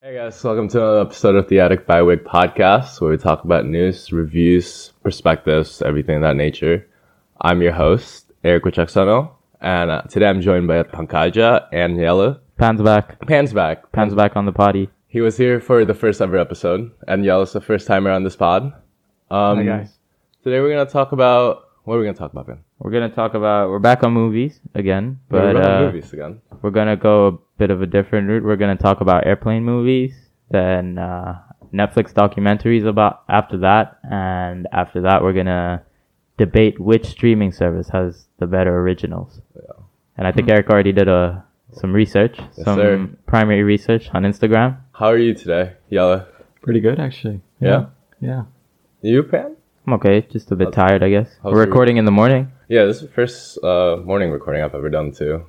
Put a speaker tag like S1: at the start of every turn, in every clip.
S1: Hey guys, welcome to another episode of the Attic by Wig podcast, where we talk about news, reviews, perspectives, everything of that nature. I'm your host, Eric Wichaksano, and uh, today I'm joined by Pankaja and Yella.
S2: Pan's back.
S1: Pan's back.
S2: Pan's back on the potty.
S1: He was here for the first ever episode, and Yella's the first timer on this pod. Um, Today we're going to talk about, what are we going to talk about, Ben?
S2: We're gonna talk about we're back on movies again,
S1: We're
S2: but
S1: going to
S2: uh,
S1: movies again.
S2: we're gonna go a bit of a different route. We're gonna talk about airplane movies, then uh, Netflix documentaries about after that, and after that we're gonna debate which streaming service has the better originals. And I think Eric already did a some research,
S1: Hmm. Yes,
S2: some
S1: sir.
S2: primary research on Instagram.
S1: How are you today, Yella?
S3: Pretty good, actually.
S1: Yeah?
S3: Yeah.
S1: You, Pan?
S2: I'm okay, just a bit tired, I guess.
S1: how's
S2: We're
S1: your-
S2: recording in the morning.
S1: Yeah, this is the first uh, morning recording I've ever done, too.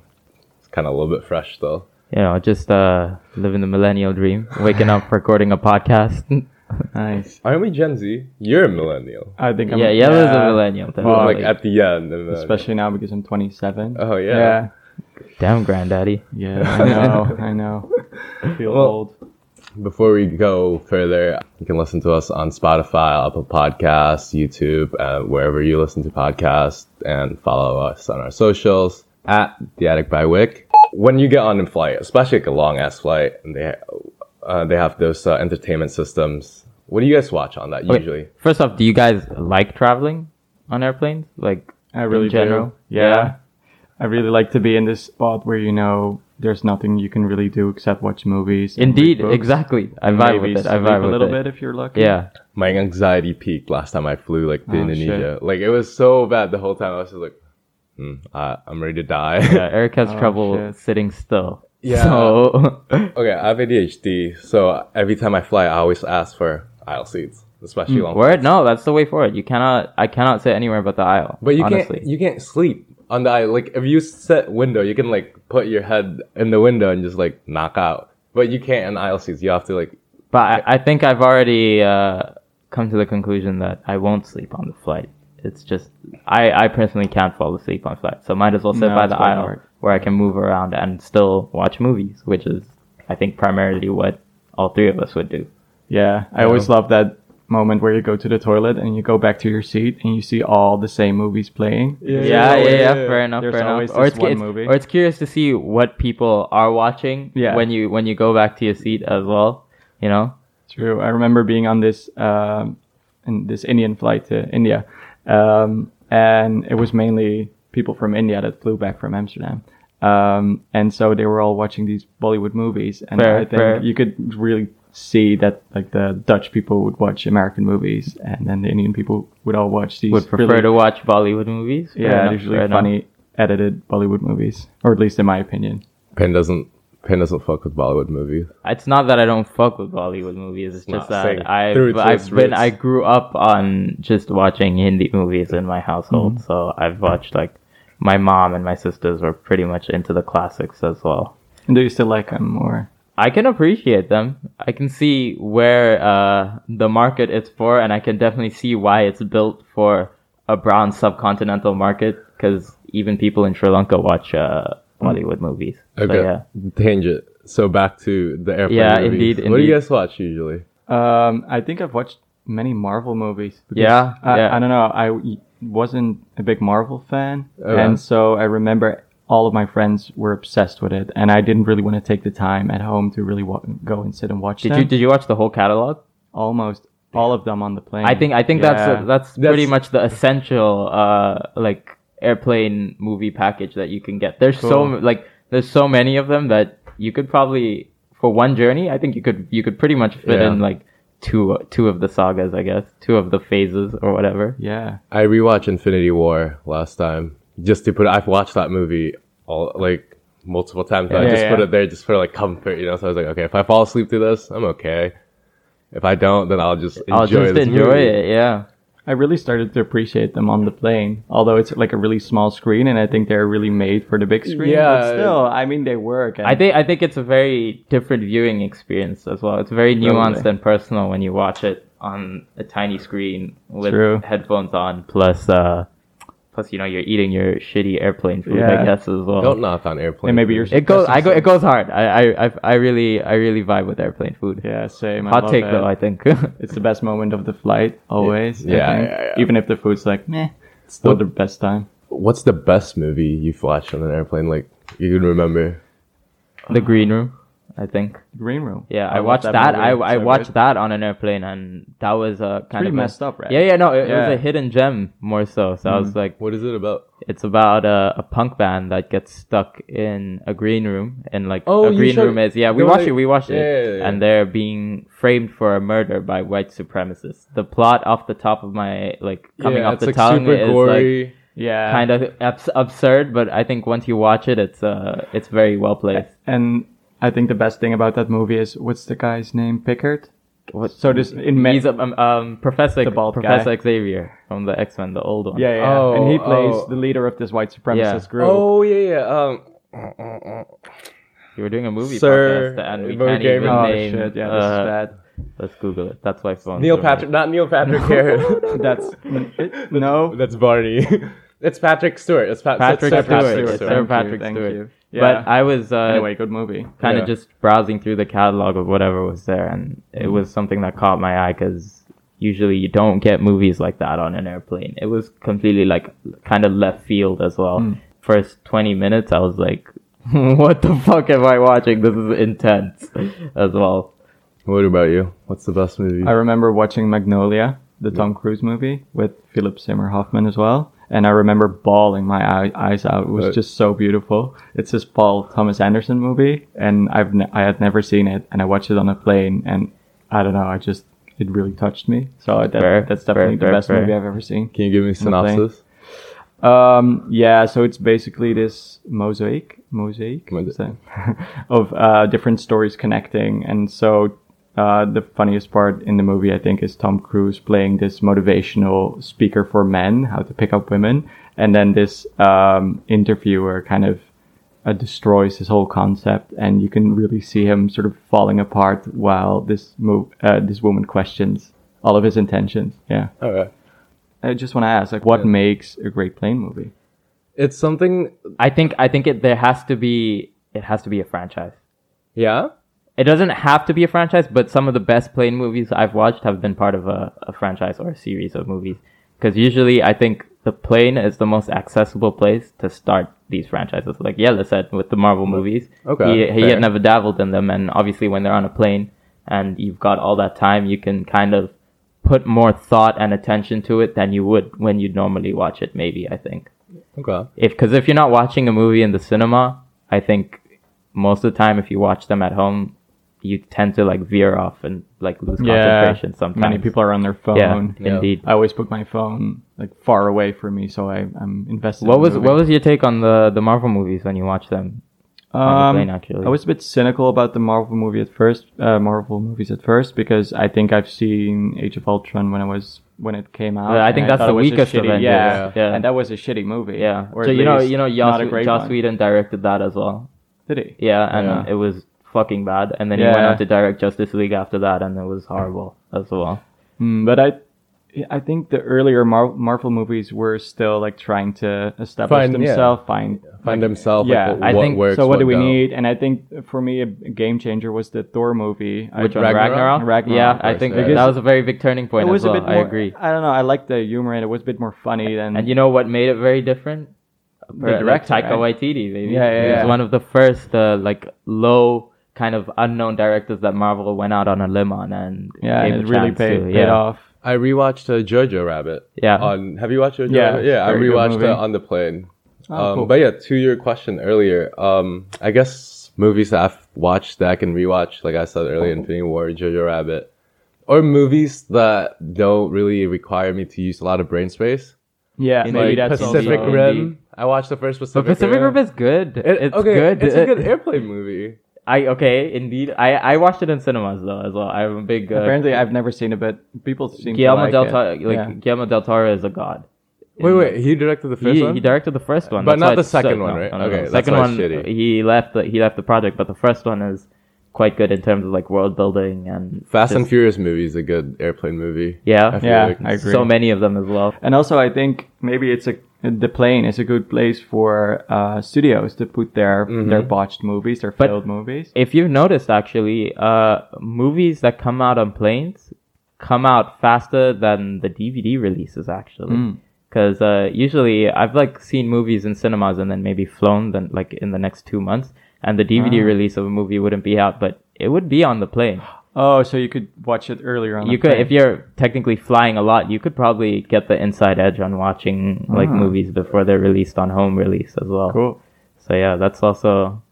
S1: It's kind of a little bit fresh, though.
S2: you know, just uh, living the millennial dream, waking up, recording a podcast.
S3: Nice.
S1: Aren't we Gen Z? You're a millennial.
S3: I think I'm
S2: yeah, yeah, was a millennial.
S3: Well,
S1: like
S2: definitely.
S1: at the end. And then,
S3: Especially now because I'm 27.
S1: Oh, yeah.
S3: Yeah.
S2: Damn, granddaddy.
S3: Yeah, I know. I know. I feel
S1: Well-
S3: old.
S1: Before we go further, you can listen to us on Spotify, Apple Podcasts, YouTube, uh, wherever you listen to podcasts, and follow us on our socials at The Attic by Wick. When you get on a flight, especially like a long ass flight, and they uh, they have those uh, entertainment systems. What do you guys watch on that
S2: Okay,
S1: usually?
S2: First off, do you guys like traveling on airplanes? Like,
S3: I really do.
S2: general?
S3: Yeah.
S2: Yeah.
S3: I really like to be in this spot where you know there's nothing you can really do except watch movies. and read
S2: indeed,
S3: books,
S2: exactly. I
S3: and
S2: vibe
S3: maybe
S2: with it. I
S3: sleep
S2: vibe
S3: a
S2: with
S3: little
S2: it.
S3: bit if you're lucky.
S2: Yeah.
S1: My anxiety peaked last time I flew like to
S3: Oh,
S1: Indonesia. Like it was so bad the whole time. I was just like, hmm, uh, I'm ready to die.
S2: yeah. Uh, Eric has
S3: Oh,
S2: trouble
S3: shit.
S2: sitting still.
S1: Yeah.
S2: So,
S1: Okay, I have ADHD, so every time I fly, I always ask for aisle seats, especially long.
S2: word? No, that's the way forward. You cannot, I cannot sit anywhere but the aisle.
S1: But you
S2: honestly.
S1: can't you can't sleep on the aisle. Like if you set window, you can like put your head in the window and just like knock out. But you can't in aisle seats. You have to like
S2: But I, I think I've already uh, come to the conclusion that I won't sleep on the flight. It's just I, I personally can't fall asleep on flights, so might as well sit
S3: No,
S2: by
S3: it's
S2: the
S3: quite
S2: aisle
S3: hard.
S2: where I can move around and still watch movies, which is I think primarily what all three of us would do.
S3: Yeah. I always love that moment where you go to the toilet and you go back to your seat and you see all the same movies playing. oh,
S1: Yeah,
S2: Yeah, yeah, yeah.
S1: yeah, yeah.
S2: Fair enough.
S3: There's
S2: fair enough.
S3: always
S2: Or
S3: this
S2: it's,
S3: one
S2: it's-
S3: movie.
S2: or it's curious to see what people are watching
S3: Yeah.
S2: when you when you go back to your seat as well. You know,
S3: True. I remember being on this um, in this Indian flight to India, um, and it was mainly people from India that flew back from Amsterdam. Um, and so they were all watching these Bollywood movies, and
S2: Fair,
S3: I think
S2: fair.
S3: you could really see that like the Dutch people would watch American movies, and then the Indian people would all watch these
S2: would prefer
S3: really,
S2: to watch Bollywood movies. Fair
S3: yeah,
S2: enough,
S3: usually
S2: fair enough.
S3: funny edited Bollywood movies, or at least in my opinion.
S1: Penn doesn't Penn doesn't fuck with Bollywood movies.
S2: It's not that I don't fuck with Bollywood movies. It's
S1: not
S2: just
S1: saying
S2: that I
S1: through
S2: I've,
S1: its
S2: I've been
S1: roots.
S2: I grew up on just watching Hindi movies in my household.
S1: Mm-hmm.
S2: So I've watched like my mom and my sisters were pretty much into the classics as well.
S3: And do you still like them, or
S2: I can appreciate them. I can see where uh, the market is for, and I can definitely see why it's built for a brown subcontinental market. Because even people in Sri Lanka watch
S1: Mm.
S2: uh, Bollywood movies. So,
S1: Okay,
S2: Oh, yeah.
S1: tangent. So back to the airplane.
S2: Yeah,
S1: movies.
S2: indeed,
S1: What do you
S2: indeed.
S1: guys watch usually?
S3: Um, I think I've watched many Marvel movies. because
S2: Yeah,
S3: I,
S2: yeah.
S3: I don't know. I w- wasn't a big Marvel fan,
S1: Oh, yeah.
S3: and so I remember all of my friends were obsessed with it, and I didn't really want to take the time at home to really wa- go and sit and watch
S2: Did
S3: them.
S2: you did you watch the whole catalog?
S3: Almost all of them on the plane.
S2: I think I think that's
S3: Yeah.
S2: that's
S1: That's-
S2: pretty much the essential uh like airplane movie package that you can get. There's so
S3: Cool.
S2: m- like there's so many of them that you could probably for one journey, I think you could you could pretty much fit
S1: Yeah.
S2: in like two two of the sagas, I guess, two of the phases or whatever.
S3: yeah.
S1: I rewatched Infinity War last time just to put. I've watched that movie all like multiple times. but I
S3: Yeah,
S1: just put
S3: yeah.
S1: it there just for like comfort, you know. So I was like, okay, if I fall asleep through this, I'm okay. If I don't, then I'll just enjoy
S2: I'll just
S1: this
S2: enjoy
S1: movie.
S2: it, yeah.
S3: I really started to appreciate them on the plane, although it's like a really small screen, and I think they're really made for the big screen.
S1: Yeah.
S3: but still, I mean, they work. and-
S2: I think I think it's a very different viewing experience as well. It's very nuanced
S3: Totally.
S2: and personal when you watch it on a tiny screen with
S3: True.
S2: headphones on, plus uh, Plus, you know, you're eating your shitty airplane food, I
S3: Yeah.
S2: guess, as well.
S1: Don't knock on airplanes.
S3: And maybe you're-
S2: it goes. I go. It goes hard. I, I. I. I really. I really vibe with airplane food.
S3: Yeah, same. I
S2: Hot
S3: love
S2: take
S3: that.
S2: though. I think.
S3: It's the best moment of the flight, always. I
S1: Yeah,
S3: think.
S1: yeah, yeah.
S3: Even if the food's like meh, it's still
S1: What-
S3: the best time.
S1: What's the best movie you've watched on an airplane? Like you can remember.
S2: the green room. I think.
S3: Green Room.
S2: Yeah, I,
S3: love
S2: watched that. I,
S3: movie.
S2: I
S3: So
S2: watched
S3: good.
S2: that on an airplane, and that was a kind
S3: Pretty
S2: of a-
S3: messed up, right?
S2: Yeah, yeah, no, it, it
S3: Yeah. Mm.
S2: was a hidden gem more so. So I was like,
S1: What is it about?
S2: it's about a, a punk band that gets stuck in a green room, and like
S1: Oh,
S2: a
S1: you
S2: green
S1: showed-
S2: room is yeah, we
S1: they're
S2: watched
S1: like-
S2: it, we watched
S1: Yeah,
S2: it,
S1: yeah, yeah.
S2: and they're being framed for a murder by white supremacists. The plot off the top of my like coming off the tongue is like
S3: Yeah.
S2: kind of abs- absurd, but I think once you watch it, it's uh, it's very well placed.
S3: And I think the best thing about that movie is what's the guy's name? Pickard. So this in me.
S2: He's a, um, um, Professor
S3: The bald guy.
S2: Professor Xavier from the X Men, the old one.
S3: yeah, yeah.
S1: Oh,
S3: and he plays
S1: oh.
S3: the leader of this white supremacist
S2: Yeah.
S3: group.
S1: oh yeah, yeah. Um,
S2: You were doing a movie
S1: Sir,
S2: podcast, and we
S1: but we
S2: can't
S1: gave
S2: even
S1: him-
S3: Oh,
S2: name.
S3: shit! Yeah, this
S2: uh,
S3: is bad.
S2: Let's Google it. That's why phones.
S1: Neil
S2: are
S1: Patrick, not Neil Patrick Harris.
S3: That's it, no.
S1: That's Barney. it's Patrick Stewart. It's Pat-
S2: Patrick
S1: Sir
S2: Stewart.
S1: Patrick
S2: It's
S1: Stewart.
S2: Sir
S3: Thank you,
S2: Patrick
S3: thank
S2: Stewart.
S3: you.
S2: But
S3: Yeah.
S2: I was uh,
S3: Anyway, good movie.
S2: kind of
S1: Yeah.
S2: just browsing through the catalog of whatever was there, and it
S3: Mm-hmm.
S2: was something that caught my eye because usually you don't get movies like that on an airplane. It was completely like kind of left field as well.
S3: Mm.
S2: First 20 minutes, I was like, what the fuck am I watching? This is intense as well.
S1: What about you? What's the best movie?
S3: I remember watching Magnolia, the Tom Cruise movie with Philip Seymour Hoffman as well. And I remember bawling my eye- eyes out. It was
S1: Right.
S3: just so beautiful. It's this Paul Thomas Anderson movie, and I've ne- I had never seen it, and I watched it on a plane, and I don't know, I just it really touched me. So I- that,
S2: Fair,
S3: that's definitely
S2: fair,
S3: the
S2: fair,
S3: best
S2: fair.
S3: movie I've ever seen.
S1: Can you give me a
S3: plane.
S1: synopsis?
S3: Um, yeah, so it's basically this mosaic, mosaic
S1: Mosaic.
S3: so- of uh, different stories connecting. And so uh, the funniest part in the movie, I think, is Tom Cruise playing this motivational speaker for men, how to pick up women. And then this um, interviewer kind of uh, destroys his whole concept, and you can really see him sort of falling apart while this move, uh, this woman questions all of his intentions. Yeah,
S1: All right.
S3: I just want to ask, like, what
S1: Yeah.
S3: makes a great plane movie?
S1: It's something.
S2: I think, I think it, there has to be, it has to be a franchise.
S1: Yeah.
S2: It doesn't have to be a franchise, but some of the best plane movies I've watched have been part of a, a franchise or a series of movies. Because usually I think the plane is the most accessible place to start these franchises. Like Yella said with the Marvel movies.
S1: Okay,
S2: He, he
S1: fair.
S2: had never dabbled in them. And obviously, when they're on a plane and you've got all that time, you can kind of put more thought and attention to it than you would when you'd normally watch it, maybe, I think
S1: Okay.
S2: if because if you're not watching a movie in the cinema, I think most of the time if you watch them at home, you tend to like veer off and like lose concentration sometimes.
S3: Many people are on their phone.
S2: yeah,
S1: Yeah.
S2: indeed.
S3: I always put my phone like far away from me, so I, I'm invested.
S2: What
S3: in
S2: was
S3: the movie.
S2: what was your take on the the Marvel movies when you watch them? on the
S3: Um,
S2: plane, actually?
S3: I was a bit cynical about the Marvel movie at first, uh, Marvel movies at first, because I think I've seen Age of Ultron when I was when it came out.
S2: Yeah, I
S3: and
S2: think that's
S3: thought
S2: the
S3: it was a
S2: weakest
S3: shitty,
S2: Avengers.
S3: Yeah,
S2: Yeah.
S3: and that was a shitty movie.
S2: Yeah.
S3: or
S2: So
S3: at
S2: you know
S3: least
S2: you know
S3: not
S2: Joss,
S3: a great
S2: Joss
S3: one.
S2: Whedon directed that as well.
S3: Did he?
S2: Yeah, and uh,
S1: Yeah.
S2: it was fucking bad. And then he went
S3: Yeah.
S2: on to direct Justice League after that, and it was horrible as well.
S3: Mm, but I. I think the earlier Mar- Marvel movies were still like trying to establish
S1: Find- yeah.
S3: themselves, find
S1: Find himself. like,
S3: yeah,
S1: what,
S2: I
S1: what
S2: think-
S1: works,
S3: so what do we
S1: don't.
S3: need? And I think for me, a game changer was the Thor movie.
S2: Which
S3: I,
S2: one? Ragnarok?
S1: Ragnarok?
S3: Ragnarok,
S2: yeah,
S1: of
S2: I
S1: course,
S2: think
S1: yeah.
S2: that was a very big turning
S3: It
S2: point
S3: was
S2: as well.
S3: a bit.
S2: I
S3: more-
S2: agree.
S3: I don't know. I liked the humor, and it was a bit more funny than.
S2: And you know what made it very different? The
S3: director,
S2: Taika
S3: right?
S2: Waititi, maybe.
S3: Yeah, yeah,
S2: He was
S3: yeah.
S2: one of the first, uh, like, low kind of unknown directors that Marvel went out on a limb on and
S3: yeah,
S2: gave
S3: and it
S2: a
S3: really
S2: chance
S3: paid,
S2: to.
S3: paid
S2: yeah.
S3: off.
S1: I rewatched uh, Jojo Rabbit.
S2: Yeah.
S1: On Have you watched Jojo?
S3: Yeah,
S1: Rabbit? Yeah. I
S3: very good
S1: rewatched
S3: movie.
S1: it on the plane.
S3: Oh,
S1: um,
S3: cool.
S1: But yeah, to your question earlier, um, I guess movies that I've watched that I can rewatch, like I said earlier, Infinity War, Jojo Rabbit, or movies that don't really require me to use a lot of brain space.
S3: Yeah,
S2: In
S3: maybe
S1: like
S3: that's
S1: Pacific
S3: also,
S1: Rim.
S2: Indeed.
S1: I watched the first Pacific,
S2: But Pacific Rim is good.
S1: It-
S2: it's
S1: okay,
S2: good.
S1: It's a good airplane movie.
S2: I okay, indeed. I I watched it in cinemas though as well. I'm a big uh,
S3: Apparently, I've never seen it, but people seem
S2: Guillermo
S3: to
S2: del
S3: like
S2: Toro.
S3: it.
S2: Like
S3: Yeah.
S2: Guillermo del Toro is a god.
S1: Wait, wait. He directed the first
S2: He,
S1: one.
S2: he directed the first one,
S1: But
S2: That's
S1: not
S2: why
S1: the
S2: it's so-
S1: second
S2: no,
S1: one, right?
S2: no, no, no.
S1: Okay, that's
S2: second
S1: why
S2: one.
S1: it's shitty.
S2: He left. The, he left the project, but the first one is quite good in terms of like world building and
S1: Fast
S2: just-
S1: and Furious movie is a good airplane movie.
S2: Yeah.
S1: I feel
S3: Yeah,
S1: like
S3: I agree.
S2: so many of them as well.
S3: And also, I think maybe it's a the plane is a good place for uh, studios to put their their botched movies, their
S2: Mm-hmm. But-
S3: failed movies.
S2: If you've noticed, actually, uh, movies that come out on planes come out faster than the DVD releases, actually. Because uh, usually I've like seen movies in cinemas and then maybe flown then like in the next two months, and the DVD release of a movie wouldn't be out, but it would be on the plane.
S3: Oh, so you could watch it earlier on.
S2: You
S3: the
S2: could,
S3: plane.
S2: if you're technically flying a lot, you could probably get the inside edge on watching like movies before they're released on home release as well.
S3: Uh-huh. cool.
S2: So yeah, that's also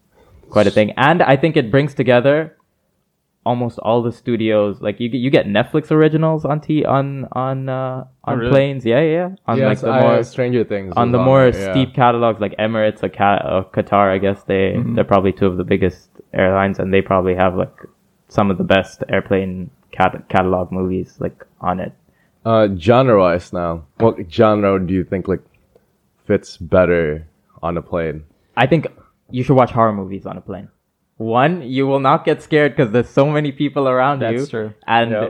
S2: quite a thing. And I think it brings together almost all the studios. Like you, get- you get Netflix originals on T on on uh, on
S3: Oh, really?
S2: planes. Yeah, yeah. yeah. On like
S1: Yes,
S2: the
S1: I-
S2: more
S1: Stranger Things.
S2: on
S1: was
S2: the more
S1: there, yeah.
S2: steep catalogs like Emirates or, Ca- or Qatar. I guess they
S3: Mm-hmm.
S2: they're probably two of the biggest airlines, and they probably have like some of the best airplane cat- catalog movies like on it.
S1: Uh, genre-wise now, what genre do you think like fits better on a plane?
S2: I think you should watch horror movies on a plane. One, you will not get scared because there's so many people around you.
S3: That's true.
S2: And
S1: Yeah.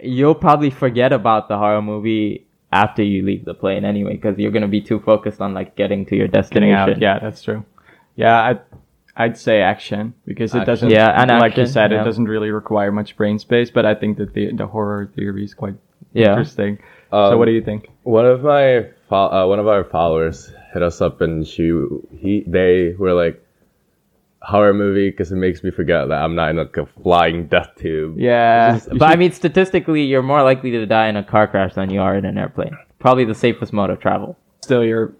S2: you'll probably forget about the horror movie after you leave the plane anyway because you're going to be too focused on like getting to your destination.
S3: Getting out. Yeah, that's true. Yeah, I'd, I'd say action because it
S1: Action.
S3: doesn't.
S2: Yeah, and
S3: like you
S2: action,
S3: said,
S2: yeah.
S3: it doesn't really require much brain space. But I think that the the horror theory is quite
S2: Yeah.
S3: interesting. so
S1: Um,
S3: what do you think?
S1: One of my fo- uh, one of our followers hit us up and she he they were like horror movie because it makes me forget that I'm not in like a flying death tube.
S3: Yeah,
S2: But I mean, statistically, you're more likely to die in a car crash than you are in an airplane. Probably the safest mode of travel.
S3: still you're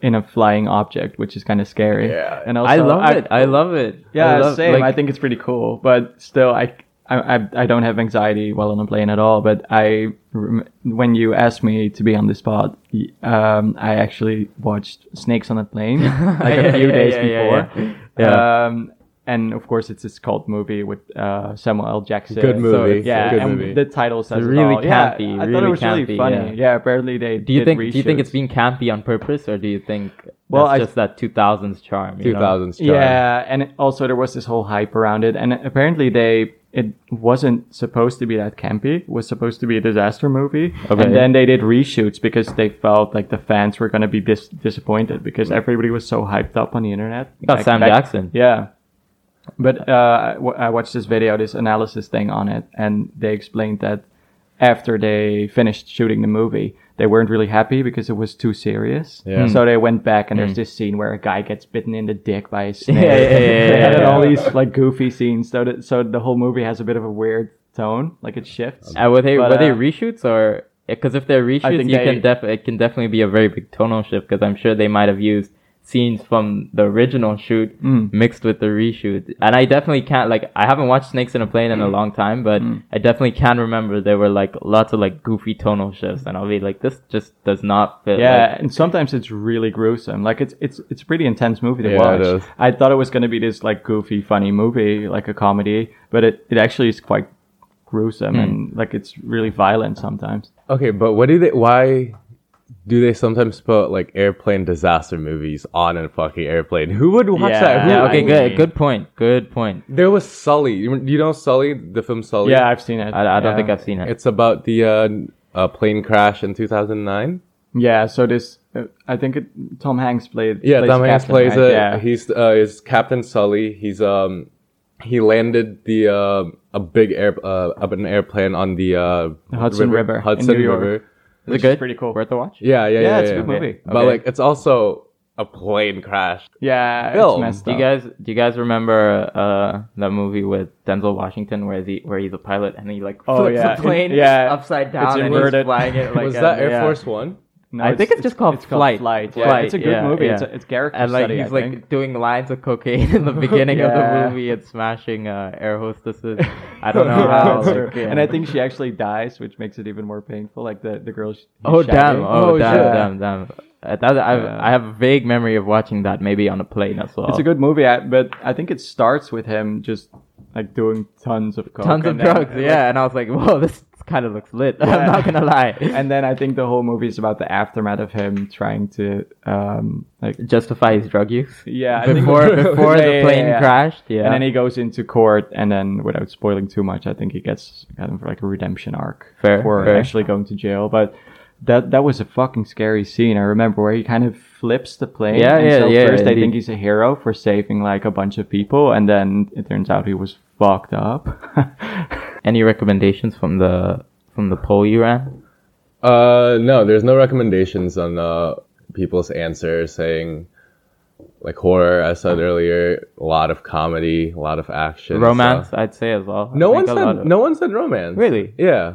S3: in a flying object, which is kind of scary.
S1: Yeah.
S3: and also
S2: I love it. I love it.
S3: Yeah,
S2: I love,
S3: same.
S2: like-
S3: I think it's pretty cool, but still, I, I, I- I don't have anxiety while on a plane at all. But I, rem- when you asked me to be on the spot, y- um, I actually watched Snakes on a Plane like
S2: Yeah,
S3: a few
S2: yeah,
S3: days
S2: yeah, yeah,
S3: before.
S2: yeah. Yeah.
S3: Um, and of course, it's this cult movie with uh, Samuel L. Jackson.
S1: Good movie.
S2: it's-
S3: Yeah,
S1: good
S3: and
S1: movie.
S3: the title says it
S2: really
S3: all. Yeah,
S2: campy,
S3: I thought
S2: really
S3: it was
S2: campy,
S3: really funny. Yeah. apparently they.
S2: Do you think do you think it's being campy on purpose, or do you think
S3: Well,
S2: that's
S3: I-
S2: just that 2000s charm? you know?
S1: 2000s charm.
S3: Yeah, and it- also there was this whole hype around it, and apparently they it wasn't supposed to be that campy. It was supposed to be a disaster movie,
S2: Okay.
S3: and then they did reshoots because they felt like the fans were gonna be dis- disappointed because everybody was so hyped up on the internet.
S2: about
S3: Back-
S2: Sam
S3: back-
S2: Jackson?
S3: Yeah, but uh, I wa- I watched this video, this analysis thing on it, and they explained that after they finished shooting the movie, they weren't really happy because it was too serious.
S1: Yeah.
S3: So they went back, and there's this scene where a guy gets bitten in the dick by a snake.
S2: Mm. Yeah, yeah, yeah, yeah,
S3: they added
S2: yeah.
S3: all these like goofy scenes, so that, so the whole movie has a bit of a weird tone, like it shifts.
S2: Uh, were they
S3: But,
S2: were they
S3: uh,
S2: reshoots or because if they're reshoots,
S3: think
S2: you
S3: they-
S2: can def it can definitely be a very big tonal shift because I'm sure they might have used scenes from the original shoot
S3: Mm.
S2: mixed with the reshoot. And I definitely can't like I haven't watched Snakes in a Plane in
S3: Mm.
S2: a long time, but I definitely can remember there were like lots of like goofy tonal shifts, and I'll be like, this just does not fit.
S3: Yeah,
S2: like-
S3: and sometimes it's really gruesome. Like it's it's it's a pretty intense movie to
S1: Yeah,
S3: watch.
S1: it is.
S3: I thought it was going to be this like goofy, funny movie, like a comedy, but it, it actually is quite gruesome and like it's really violent sometimes.
S1: Okay, but what do they? Why do they sometimes put like airplane disaster movies on a fucking airplane? Who would watch
S3: Yeah.
S1: that? Who-
S2: yeah. Okay.
S3: I
S2: Good.
S3: mean-
S2: Good point. Good point.
S1: There was Sully. You you know Sully, the film Sully.
S3: Yeah, I've seen it.
S2: I, I don't
S3: Yeah.
S2: think I've seen it.
S1: It's about the uh, uh, plane crash in 2009.
S3: Yeah, so this uh, I think it, Tom Hanks played.
S1: Yeah,
S3: plays
S1: Tom Hanks
S3: Captain,
S1: plays
S3: right?
S1: it.
S3: Yeah.
S1: He's uh, is Captain Sully. He's um he landed the uh, a big air uh, up an airplane on the uh,
S3: Hudson River in
S1: Hudson
S3: New York.
S1: River.
S2: Is it
S3: Which is
S2: good?
S3: pretty cool.
S2: Worth a watch.
S1: Yeah, yeah, yeah.
S3: Yeah, it's a
S1: yeah.
S3: good movie. Okay.
S1: But like, it's also a plane crash.
S3: yeah,
S1: Film.
S3: it's messed
S2: Do you
S3: up.
S2: guys do you guys remember uh that movie with Denzel Washington where he where he's a pilot and he like
S3: Oh,
S2: flips
S3: yeah.
S2: the plane
S3: Yeah.
S2: upside down and he's
S3: inverted.
S2: flying it like uh,
S1: was
S2: a-
S1: that Air
S3: yeah.
S1: Force One?
S3: No,
S2: I think it's just called Flight.
S3: Yeah,
S2: Flight,
S3: it's a good
S2: yeah,
S3: movie.
S2: yeah.
S3: It's, a, it's character
S2: and like
S3: study,
S2: he's
S3: I
S2: like
S3: think.
S2: doing lines of cocaine in the beginning
S3: Yeah.
S2: of the movie and smashing uh, air hostesses. I don't know how.
S3: That's true.
S2: like, yeah.
S3: And I think she actually dies, which makes it even more painful. Like the the girl. sh- who's
S2: oh damn!
S3: shouting.
S2: Oh,
S1: Oh,
S2: damn,
S1: yeah.
S2: damn! Damn! Uh, that- I
S3: Yeah.
S2: I have a vague memory of watching that maybe on a plane as well.
S3: It's a good movie, I- but I think it starts with him just like doing tons of coke.
S2: Tons of
S3: and then-
S2: drugs, yeah. And I was like, whoa, this kind of looks lit. I'm
S3: Yeah.
S2: not gonna lie.
S3: And then I think the whole movie is about the aftermath of him trying to, um, like,
S2: justify his drug use.
S3: yeah, I think-
S2: before before
S3: Yeah,
S2: the
S3: yeah,
S2: plane
S3: yeah.
S2: crashed. Yeah.
S3: And then he goes into court, and then without spoiling too much, I think he gets kind of like a redemption arc
S2: Fair,
S3: for
S2: fair.
S3: actually going to jail. But that that was a fucking scary scene. I remember where he kind of flips the plane.
S2: Yeah,
S3: and
S2: yeah,
S3: so
S2: yeah,
S3: First, they
S2: indeed.
S3: think he's a hero for saving like a bunch of people, and then it turns out he was fucked up.
S2: Any recommendations from the from the poll you ran?
S1: Uh, no, there's no recommendations on uh, people's answers saying like horror. I said earlier, a lot of comedy, a lot of action,
S3: uh,
S2: Romance,
S1: so-
S2: I'd say as well. I
S1: No one
S2: think a lot
S1: said.
S2: of-
S1: No one said romance.
S2: Really?
S1: Yeah.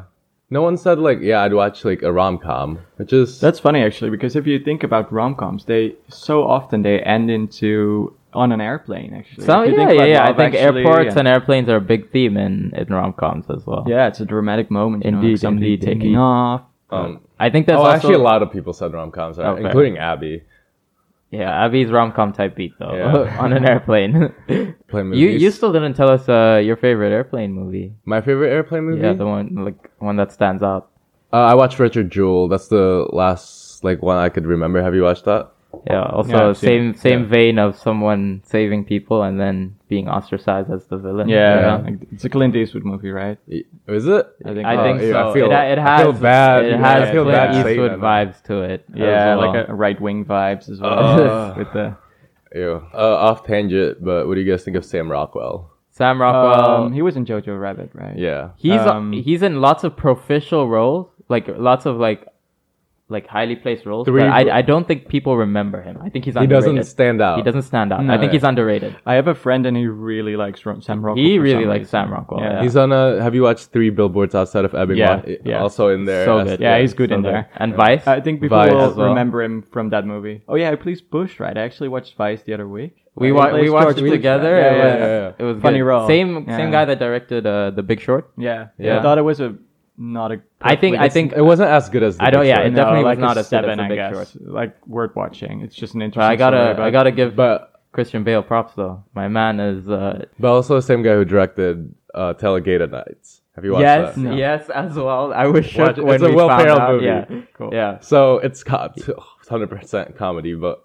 S1: No one said like, yeah, I'd watch like a rom com, which is
S3: That's funny actually, because if you think about rom coms, they so often they end into on an airplane. Actually,
S2: So
S3: If you
S2: yeah,
S3: think
S2: yeah,
S3: about
S2: yeah. I
S3: Love
S2: think
S3: Actually,
S2: airports
S3: yeah.
S2: and airplanes are a big theme in in rom coms as well.
S3: yeah, it's a dramatic moment. You know, like
S2: Indeed,
S3: somebody
S2: indeed,
S3: taking
S2: indeed.
S3: off.
S1: um.
S2: I think that's
S1: oh,
S2: also,
S1: actually, a lot of people said rom coms,
S2: Okay.
S1: including Abby.
S2: Yeah, Abby's rom com type beat though
S1: Yeah.
S2: on an airplane.
S1: Play
S2: you
S1: movies.
S2: you still didn't tell us uh, your favorite airplane movie.
S1: My favorite airplane movie.
S2: Yeah, the one like one that stands out.
S1: uh, I watched Richard Jewell. That's the last like one I could remember. Have you watched that?
S2: Yeah. Also,
S3: Yeah, I've
S2: same
S3: seen
S2: same vein of someone saving people and then being ostracized as the villain.
S3: Yeah,
S1: Yeah.
S3: like, it's a Clint Eastwood movie, right?
S1: Y- Is it?
S3: I think.
S2: I
S1: Oh,
S2: think
S1: yeah,
S2: so.
S1: I feel-
S2: it, it
S1: I
S2: has
S1: feel bad.
S2: It
S1: Yeah,
S2: has
S3: I feel
S2: Clint
S3: bad
S1: saying
S2: Eastwood
S1: that, man.
S2: vibes to it. as
S3: yeah,
S2: well. Um,
S3: like a right wing vibes as well
S1: Uh.
S3: with the
S1: Ew. Uh, off tangent, but what do you guys think of Sam Rockwell?
S2: Sam Rockwell.
S3: Um, he was in Jojo Rabbit, right?
S1: Yeah.
S2: he's
S3: um,
S2: he's in lots of proficial roles, like lots of like like highly placed roles.
S1: Three-
S2: but I I don't think people remember him. I think he's
S1: He
S2: underrated.
S1: doesn't stand out.
S2: He doesn't stand out. I think
S1: yeah.
S2: he's underrated.
S3: I have a friend and he really likes Ro- Sam Rockwell.
S2: He
S3: for
S2: really
S3: some
S2: likes
S3: reason.
S2: Sam Rockwell.
S3: Yeah.
S2: Yeah,
S1: He's on a. Have you watched Three Billboards Outside of Ebbing?
S3: Yeah,
S1: Wa-
S3: yeah.
S1: Also in there.
S2: so
S1: as-
S2: good.
S3: Yeah, he's good in
S2: so
S3: there.
S2: And Vice.
S3: I think people
S1: Vice
S3: will
S1: as well.
S3: remember him from that movie. Oh yeah, he plays Bush, right? I actually watched Vice the other week.
S2: we
S3: He
S2: wa-
S3: plays
S2: we watched
S3: George
S2: it
S3: Bush,
S2: together.
S3: right?
S2: it
S3: Yeah,
S2: was
S3: yeah, yeah.
S2: it was
S3: Funny
S2: good.
S3: role.
S2: Same
S3: Yeah.
S2: same guy that directed uh, The Big Short.
S3: Yeah.
S1: Yeah.
S3: I thought it was a not a.
S2: I think
S3: like
S2: I
S3: it's-
S2: think
S1: It wasn't as good as. The
S2: I don't-
S1: Big
S2: yeah,
S1: Short.
S2: it definitely
S3: no,
S2: was
S3: like a
S2: not as good
S3: seven,
S2: as The
S3: I
S2: Big
S3: guess.
S2: Short.
S3: Like worth watching. It's just an
S2: But
S3: interesting.
S2: I gotta
S3: story about-
S2: I gotta give
S1: But
S2: Christian Bale props though. My man is uh,
S1: but also the same guy who directed uh, Telegata Nights. Have you watched
S2: yes
S1: that?
S3: No.
S2: yes as well. I was shook
S1: Watch it.
S2: when
S1: It's a
S2: we
S1: Will
S2: found
S1: Ferrell
S2: out.
S1: movie.
S2: Yeah,
S3: Cool.
S2: yeah.
S1: So it's got 100 percent comedy, but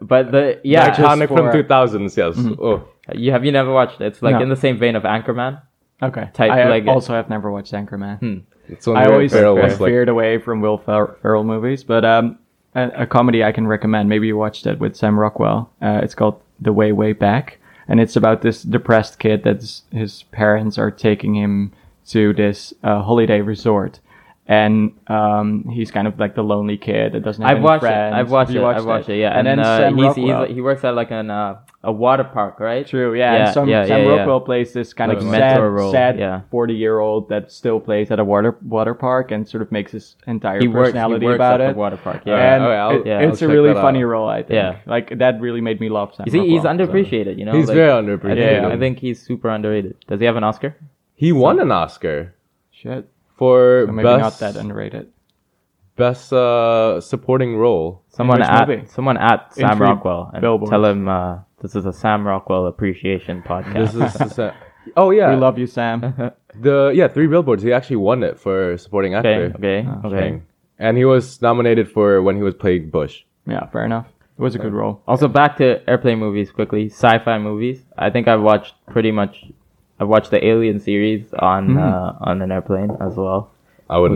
S2: But the yeah, Mm-hmm.
S3: just
S1: iconic from
S3: for-
S1: 2000s. Yes. Oh,
S2: you have you never watched it? It's like
S3: No.
S2: in the same vein of Anchorman.
S3: Okay.
S2: Type
S3: I
S2: like- Hmm.
S3: also have never watched Anchorman.
S1: it's when
S3: I
S1: Will
S3: always
S1: Ferrell
S3: I
S1: was like.
S3: veered away from Will Fer- Ferrell movies, but um, a, a comedy I can recommend. Maybe you watched it with Sam Rockwell. Uh, it's called The Way Way Back, and it's about this depressed kid that his parents are taking him to this uh, holiday resort, and um, he's kind of like the lonely kid that doesn't have
S2: I've
S3: any
S2: watched
S3: friends.
S2: it. I've watched
S3: Have you
S2: it. I've watched it. Yeah,
S3: and, then
S2: uh,
S3: Sam
S2: he's,
S3: Rockwell.
S2: he's, he works at like an uh, a water park, right?
S3: True, yeah.
S2: Yeah,
S3: and some,
S2: yeah,
S3: Sam
S2: yeah, yeah.
S3: Rockwell plays this kind
S2: Like
S3: of
S2: mentor
S3: sad,
S2: role, yeah.
S3: sad forty-year-old that still plays at a water water park and sort of makes his entire
S2: He works. He
S3: personality
S2: works
S3: about
S2: at
S3: it.
S2: the water park. Yeah. oh,
S1: Yeah.
S3: And
S1: Okay, I'll-
S3: it-
S2: yeah,
S3: it's
S1: I'll
S3: a
S1: check
S3: really
S1: that
S3: funny
S1: out.
S3: role, I think.
S2: Yeah.
S3: like that really made me love Sam.
S2: You see, he's
S3: Rockwell, so.
S2: underappreciated. You know,
S1: He's
S2: like,
S1: very
S2: I think,
S1: underappreciated.
S2: I think he's super underrated. Does he have an Oscar?
S1: He won an Oscar
S3: Shit,
S1: for
S3: so maybe
S1: best
S3: not that underrated.
S1: best uh, supporting role.
S2: Someone
S3: which
S2: at
S3: movie?
S2: someone at
S3: In
S2: Sam
S3: Three
S2: Rockwell and
S3: Billboards.
S2: tell him uh, this is a Sam Rockwell appreciation
S1: This
S2: podcast.
S1: is the, se- oh yeah,
S3: We love you, Sam.
S1: the yeah three billboards. He actually won it for supporting actor,
S2: okay, okay, okay.
S1: thing. and he was nominated for when he was playing Bush.
S3: yeah, fair enough. It was a good role.
S2: Also, back to airplane movies quickly. Sci-fi movies. I think I've watched pretty much. I've watched the Alien series on uh, on an airplane as well.
S1: I would.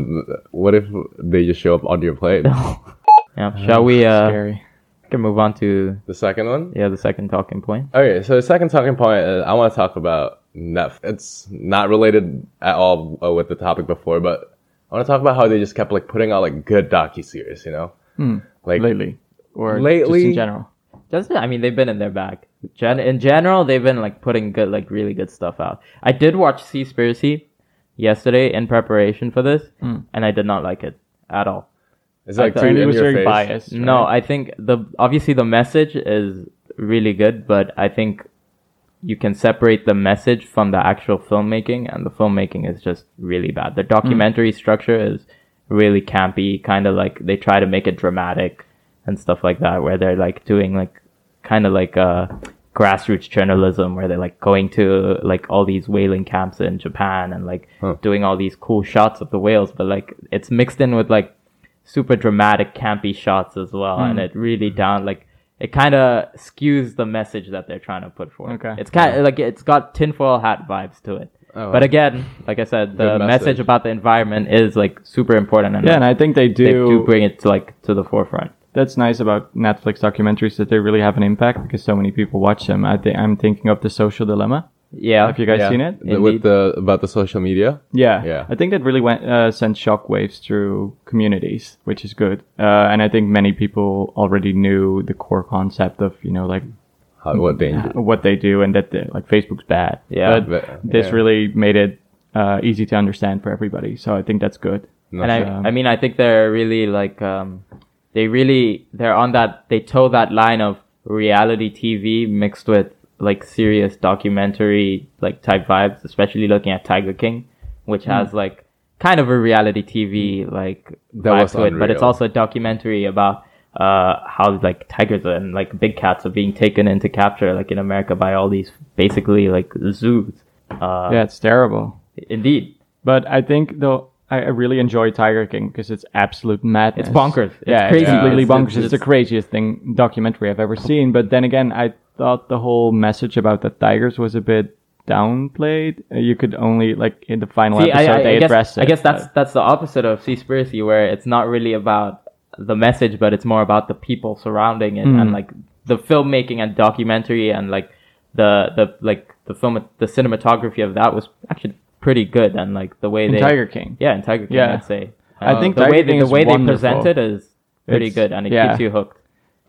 S1: What if they just show up on your plane?
S2: Yeah. Shall we? Uh,
S3: Scary.
S2: can move on to
S1: The second one.
S2: yeah the second talking point.
S1: Okay, so the second talking point is I want to talk about Netflix. It's not related at all uh, with the topic before, but I want to talk about how they just kept like putting out like good docu series. You know,
S3: Hmm.
S1: like
S3: Lately, or
S1: Lately-
S3: just in general.
S2: Just I mean they've been in their bag. Gen- in general, they've been like putting good like really good stuff out. I did watch Seaspiracy yesterday in preparation for this, and I did not like it at all.
S1: it's like too
S3: Apparently, it
S1: in
S3: was
S1: your
S3: very
S1: face.
S3: biased.
S2: No, I think the obviously the message is really good, but I think you can separate the message from the actual filmmaking, and the filmmaking is just really bad. The documentary structure is really campy, kind of like they try to make it dramatic and stuff like that, where they're like doing like kind of like uh grassroots journalism where they're like going to like all these whaling camps in Japan and like doing all these cool shots of the whales but like it's mixed in with like super dramatic campy shots as well and
S3: Hmm.
S2: it really down like it kind of skews the message that they're trying to put forth
S3: Okay.
S2: it's kind of like it's got tinfoil hat vibes to it
S1: Oh,
S2: But
S1: wow.
S2: again, like I said, the
S1: Good
S2: message.
S1: message.
S2: about the environment is like super important, and
S3: Yeah, and I think they do.
S2: they do bring it to, like to the forefront.
S3: that's nice about Netflix documentaries that they really have an impact because so many people watch them. I think I'm thinking of the Social Dilemma.
S2: Yeah,
S3: Have you guys
S1: Yeah.
S3: seen it?
S1: The- with the about the social media.
S3: Yeah,
S1: Yeah.
S3: I think that really went uh, sent shockwaves through communities, which is good. Uh, and I think many people already knew the core concept of you know like uh,
S1: How, what danger?
S3: what they do and that they, like Facebook's bad.
S2: Yeah.
S3: but
S1: But-
S3: this
S1: yeah.
S3: really made it uh, easy to understand for everybody. So I think that's good.
S1: No,
S2: and I,
S3: Yeah.
S2: I mean, I think they're really like, um, they really, they're on that, they toe that line of reality TV mixed with like serious documentary like type vibes, especially looking at Tiger King, which
S1: Hmm.
S2: has like kind of a reality TV like
S1: That
S2: vibe
S1: was
S2: to it, but it's
S1: unreal.
S2: also a documentary about uh how like tigers and like big cats are being taken into capture like in America by all these basically like zoos. Uh,
S3: yeah, it's terrible.
S2: indeed.
S3: But I think though I I really enjoy Tiger King because it's absolute madness.
S2: It's bonkers. It's
S3: yeah,
S2: crazy.
S3: it's completely
S2: It's-
S3: bonkers. It's,
S2: it's-
S3: the craziest thing documentary I've ever seen. But then again, I thought the whole message about the tigers was a bit downplayed. Uh, You could only like in the final
S2: See,
S3: episode
S2: I, I,
S3: they
S2: I
S3: address
S2: guess,
S3: it. uh,
S2: I guess that's
S3: but-
S2: that's the opposite of Seaspiracy, where it's not really about the message, but it's more about the people surrounding it
S3: Hmm.
S2: and like the filmmaking and documentary and like the the like the film the cinematography of that was actually pretty good and like the way
S3: in
S2: they
S3: Tiger King.
S2: yeah in Tiger King
S3: Yeah.
S2: I'd say
S3: I
S2: Uh,
S3: think
S2: the
S3: Tiger
S2: way
S3: King
S2: the
S3: is
S2: way they
S3: wonderful.
S2: present it is pretty
S3: It's-
S2: good and it
S3: yeah.
S2: keeps you hooked.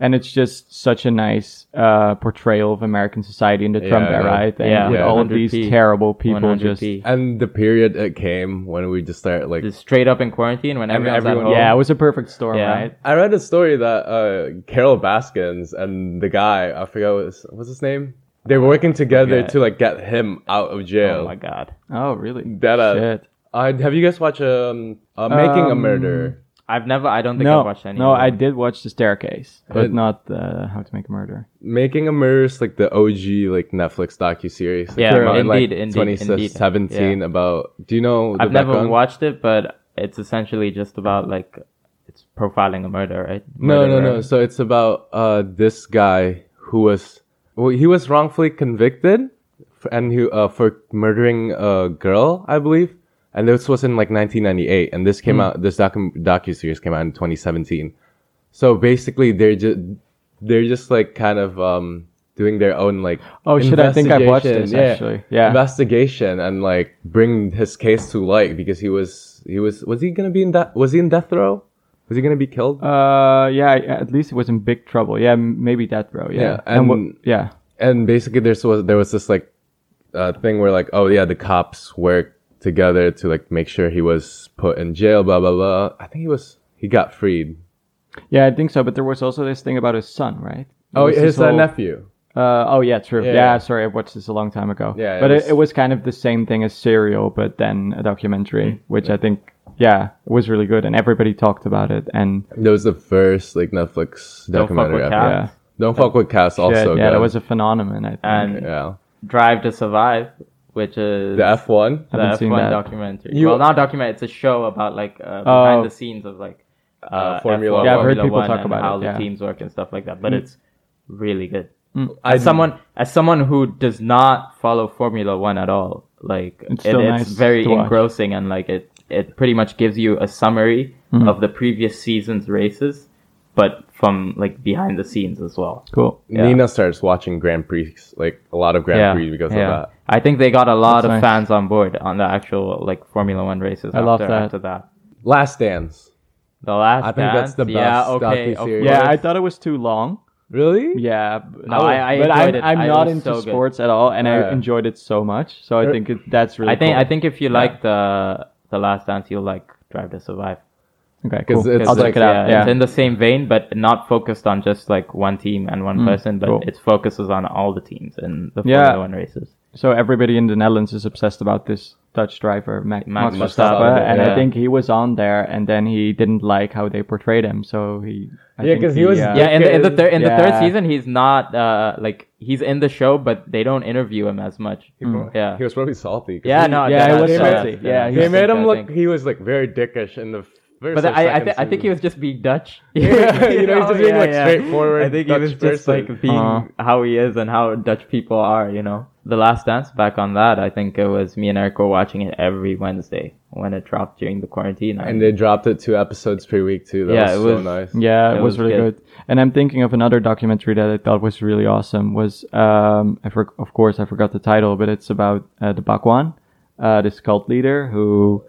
S3: And it's just such a nice uh, portrayal of American society in the Trump
S1: Yeah,
S3: era.
S1: yeah.
S3: I think
S2: Yeah,
S3: with all of these
S2: 100p.
S3: terrible people just
S2: 100p.
S1: And the period it came when we just started like
S2: just straight up in quarantine when everyone's
S1: everyone-
S2: at home.
S3: yeah, it was a perfect storm,
S2: Yeah.
S3: right?
S1: I read a story that uh, Carol Baskins and the guy I forgot what his, what's his name. They were working together
S2: Okay.
S1: to like get him out of jail.
S2: oh my god.
S3: Oh, really?
S1: That, uh,
S3: Shit.
S1: Uh, have you guys watched um, uh, Making a
S3: Um,
S1: Murderer?
S2: I've never. I don't think
S3: no,
S2: I've watched any.
S3: no,
S2: of
S3: I
S2: them.
S3: did watch The Staircase, but
S1: Uh,
S3: not uh, How to Make a Murder.
S1: Making a Murderer is like the OG like Netflix docu series.
S2: Yeah,
S1: in, like,
S2: indeed, indeed, indeed.
S1: 2017
S2: Yeah.
S1: about. Do you know? The
S2: I've never
S1: background?
S2: watched it, but it's essentially just about like it's profiling a murder, right?
S1: No, no,
S2: Murderer.
S1: no. So it's about uh, this guy who was well, he was wrongfully convicted, f- and he uh, for murdering a girl, I believe. And this was in like 1998, and this came
S3: Hmm.
S1: out. This docu docu series came out in 2017. So basically, they're just they're just like kind of um, doing their own like
S3: Oh, shit, I think I've watched this,
S1: investigation. yeah,
S3: actually. Yeah.
S1: investigation and like bring his case to light because he was he was was he gonna be in that was he in death row was he gonna be killed
S3: Uh, yeah, at least it was in big trouble. Yeah, m- maybe that, bro. Yeah,
S1: Yeah,
S3: wha-
S1: and-
S3: yeah,
S1: and basically there's was there was this like uh, thing where like oh yeah the cops worked together to like make sure he was put in jail blah blah blah i think he was he got freed
S3: yeah, I think so. But there was also this thing about his son, right?
S1: oh
S3: It was
S1: his
S3: this
S1: uh,
S3: whole-
S1: nephew
S3: Uh, oh yeah, true.
S1: Yeah.
S3: Yeah. sorry, I watched this a long time ago.
S1: Yeah, it
S3: but
S1: was-
S3: it, it was kind of the same thing as Serial, but then a documentary,
S1: Mm-hmm.
S3: which I think, yeah, was really good, and everybody talked about it. And
S1: that was the first like netflix
S2: Don't fuck
S1: documentary
S2: with
S1: ever.
S2: cats.
S3: yeah,
S1: don't fuck with cats
S3: yeah,
S1: also
S3: yeah,
S1: good.
S3: that was a phenomenon. I think.
S2: And
S1: yeah
S2: Drive to Survive, which is
S1: the f1
S2: the
S3: haven't
S2: F1
S3: seen that.
S2: documentary.
S1: You-
S2: well, not documentary. It's a show about like uh, behind
S3: Oh.
S2: the scenes of like uh,
S1: Formula
S2: F1,
S1: Yeah, I've heard
S2: Formula
S3: people
S2: One
S3: talk
S2: and
S3: about
S2: how
S3: it,
S2: the
S3: yeah. Mm.
S2: teams work and stuff like that. But it's really good.
S1: I-
S2: as someone as someone who does not follow Formula One at all, like it- it's,
S3: It's still nice
S2: very
S3: to watch.
S2: engrossing and like it it pretty much gives you a summary
S3: Mm.
S2: of the previous season's races, but from like behind the scenes as well.
S3: cool.
S2: Yeah.
S1: nina starts watching grand prix like a lot of grand prix because of that
S2: I think they got a lot
S3: That's
S2: of
S3: nice.
S2: fans on board on the actual like Formula One races.
S3: I
S2: after,
S3: love that.
S2: After that,
S1: last dance
S2: the last.
S1: I think that's
S2: Dance,
S1: the
S2: yeah,
S1: best
S2: okay, of
S1: docuseries.
S3: Yeah,
S2: course.
S3: I thought it was too long.
S1: really
S3: Yeah, b-
S2: No, I- I
S3: but
S2: enjoyed
S3: I'm,
S2: it.
S3: I'm
S2: I- it
S3: not
S2: was
S3: into
S2: so good. Er,
S3: sports at all, and
S1: Yeah.
S3: I enjoyed it so much. So I think it, that's really.
S2: I think
S3: cool.
S2: I think if you like the the last dance, you'll like Drive to Survive.
S3: Okay,
S1: 'Cause
S3: cool.
S1: it's
S3: I'll
S1: like-
S3: check it out.
S2: yeah, it's
S3: Yeah,
S2: in the same vein, but not focused on just like one team and one person, but
S3: Mm, cool.
S2: it focuses on all the teams in the
S3: Yeah.
S2: Formula One races.
S3: So everybody in the Netherlands is obsessed about this Dutch driver Max,
S2: Max
S3: Max
S1: Verstappen,
S3: Verstappen, and
S2: yeah.
S3: I think he was on there, and then he didn't like how they portrayed him, so he. I
S1: Yeah,
S3: think
S1: 'cause he was-
S2: Yeah, in the in the, thir- in the third
S3: Yeah.
S2: season, he's not uh, like he's in the show, but they don't interview him as much. Yeah,
S1: he was probably salty 'cause
S2: yeah,
S1: he-
S2: no,
S3: Mm, yeah,
S2: no,
S3: it was
S2: that's, uh,
S3: salty. Yeah,
S2: that's
S1: They
S3: He's
S1: made
S2: I
S1: him look.
S2: think.
S1: He was like very dickish in the f- first.
S2: But
S1: or
S2: I, I,
S1: second
S2: th- I think he
S1: season.
S2: was just being Dutch.
S1: Yeah, you know, he's just being, like,
S2: yeah.
S1: straightforward
S2: I think
S1: Dutch
S2: he was just
S1: person.
S2: like being
S3: Uh-huh.
S2: how he is and how Dutch people are, you know. The Last Dance, back on that, I think it was me and Eric were watching it every Wednesday when it dropped during the quarantine.
S1: And they dropped it two episodes per week too. That
S2: Yeah,
S1: was
S2: it
S1: so
S2: was-
S1: nice.
S3: Yeah, it,
S2: It
S3: was,
S2: was
S3: really good.
S2: good.
S3: And I'm thinking of another documentary that I thought was really awesome. Was um, I for- of course I forgot the title, but it's about uh, the Bakwan, uh, this cult leader who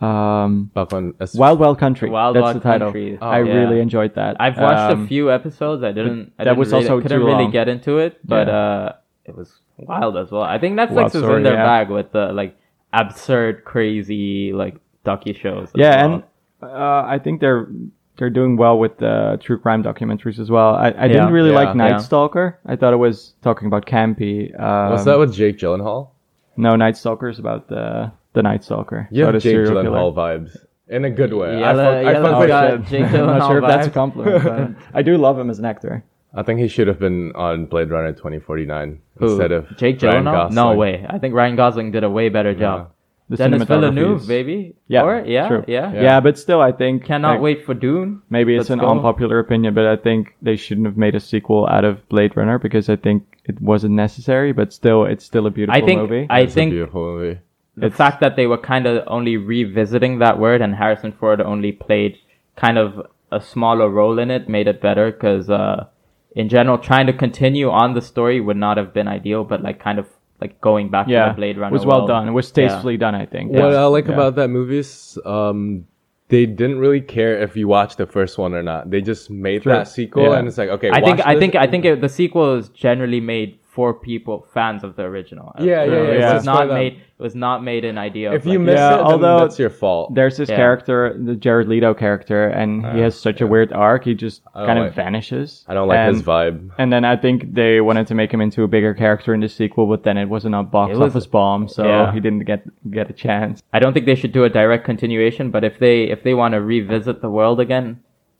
S3: um,
S1: Up on a s-
S3: Wild Wild Country.
S2: Wild
S3: That's
S2: Wild
S3: the title.
S2: Country.
S3: I
S2: Oh,
S3: really
S2: yeah.
S3: enjoyed that.
S2: I've watched
S3: Um,
S2: a few episodes. I didn't. I
S3: that
S2: didn't
S3: was
S2: really,
S3: also
S2: couldn't
S3: too
S2: really
S3: long.
S2: get into it, but
S3: Yeah.
S2: uh, it was wild as well. I think Netflix
S3: Wild
S2: is
S3: story,
S2: in their
S3: yeah.
S2: bag with the like absurd, crazy like docu shows.
S3: yeah, and uh, I think they're they're doing well with uh, true crime documentaries as well. I, I didn't
S2: Yeah.
S3: really
S1: Yeah.
S3: like Night
S2: Yeah.
S3: Stalker. I thought it was talking about campy. Um,
S1: was that with Jake Gyllenhaal?
S3: No, Night Stalker is about the the Night Stalker.
S1: You
S3: about
S1: have
S3: a
S1: Jake
S3: serial killer.
S1: Gyllenhaal vibes in a good way. I,
S2: Yellow-
S1: fuck, I,
S2: yellow
S1: fuck
S3: Oh,
S1: with-
S2: guy.
S3: shit.
S2: Uh, Jake
S3: I'm not
S2: Gyllenhaal
S3: sure if that's a
S2: vibes.
S3: compliment. but I do love him as an actor.
S1: I think he should have been on Blade Runner 2049 instead of
S2: Jake
S1: Ryan
S2: Gyllenhaal. No
S1: Gosling.
S2: way. I think Ryan Gosling did a way better job.
S3: The
S2: Dennis
S3: cinematography
S2: Villeneuve,
S3: is-
S2: baby.
S3: Yeah,
S2: Or- yeah,
S3: true.
S2: yeah.
S3: yeah, But still, I think
S2: Cannot
S3: like,
S2: wait for Dune.
S3: Maybe it's
S2: Let's
S3: an
S2: go.
S3: unpopular opinion, but I think they shouldn't have made a sequel out of Blade Runner because I think it wasn't necessary. But still, it's still a beautiful
S2: I think.
S3: movie.
S2: I
S1: It's a
S2: think
S1: beautiful movie.
S2: the fact that they were kind of only revisiting that word and Harrison Ford only played kind of a smaller role in it made it better because uh, in general trying to continue on the story would not have been ideal but like kind of like going back to
S3: yeah,
S2: the Blade Runner
S3: was well
S2: world.
S3: done. It was
S2: Yeah.
S3: tastefully done. I think.
S1: What I
S3: Yeah.
S1: like
S3: Yeah.
S1: about that movie is um, they didn't really care if you watched the first one or not. They just made
S3: True.
S1: that sequel,
S3: Yeah.
S1: and it's like okay.
S2: I think
S1: watch
S2: I
S1: this-
S2: think I think it, the sequel is generally made for people fans of the original
S1: Yeah, yeah,
S3: yeah,
S2: it
S3: yeah.
S2: was
S1: It's for
S2: not
S1: them.
S2: made it was not made an idea
S1: if
S2: of,
S1: you
S2: like,
S1: miss
S3: Yeah,
S1: it,
S3: although
S1: then that's your fault.
S3: There's this
S2: Yeah.
S3: character, the Jared Leto character, and he has such a weird arc. He just
S1: Uh, don't
S3: kind of
S1: like-
S3: vanishes.
S1: I don't like
S3: and,
S1: his vibe.
S3: And then I think they wanted to make him into a bigger character in the sequel, but then it wasn't a box
S2: It was-
S3: office bomb, so
S2: Yeah.
S3: he didn't get get a chance.
S2: I don't think they should do a direct continuation, but if they if they want to revisit the world again,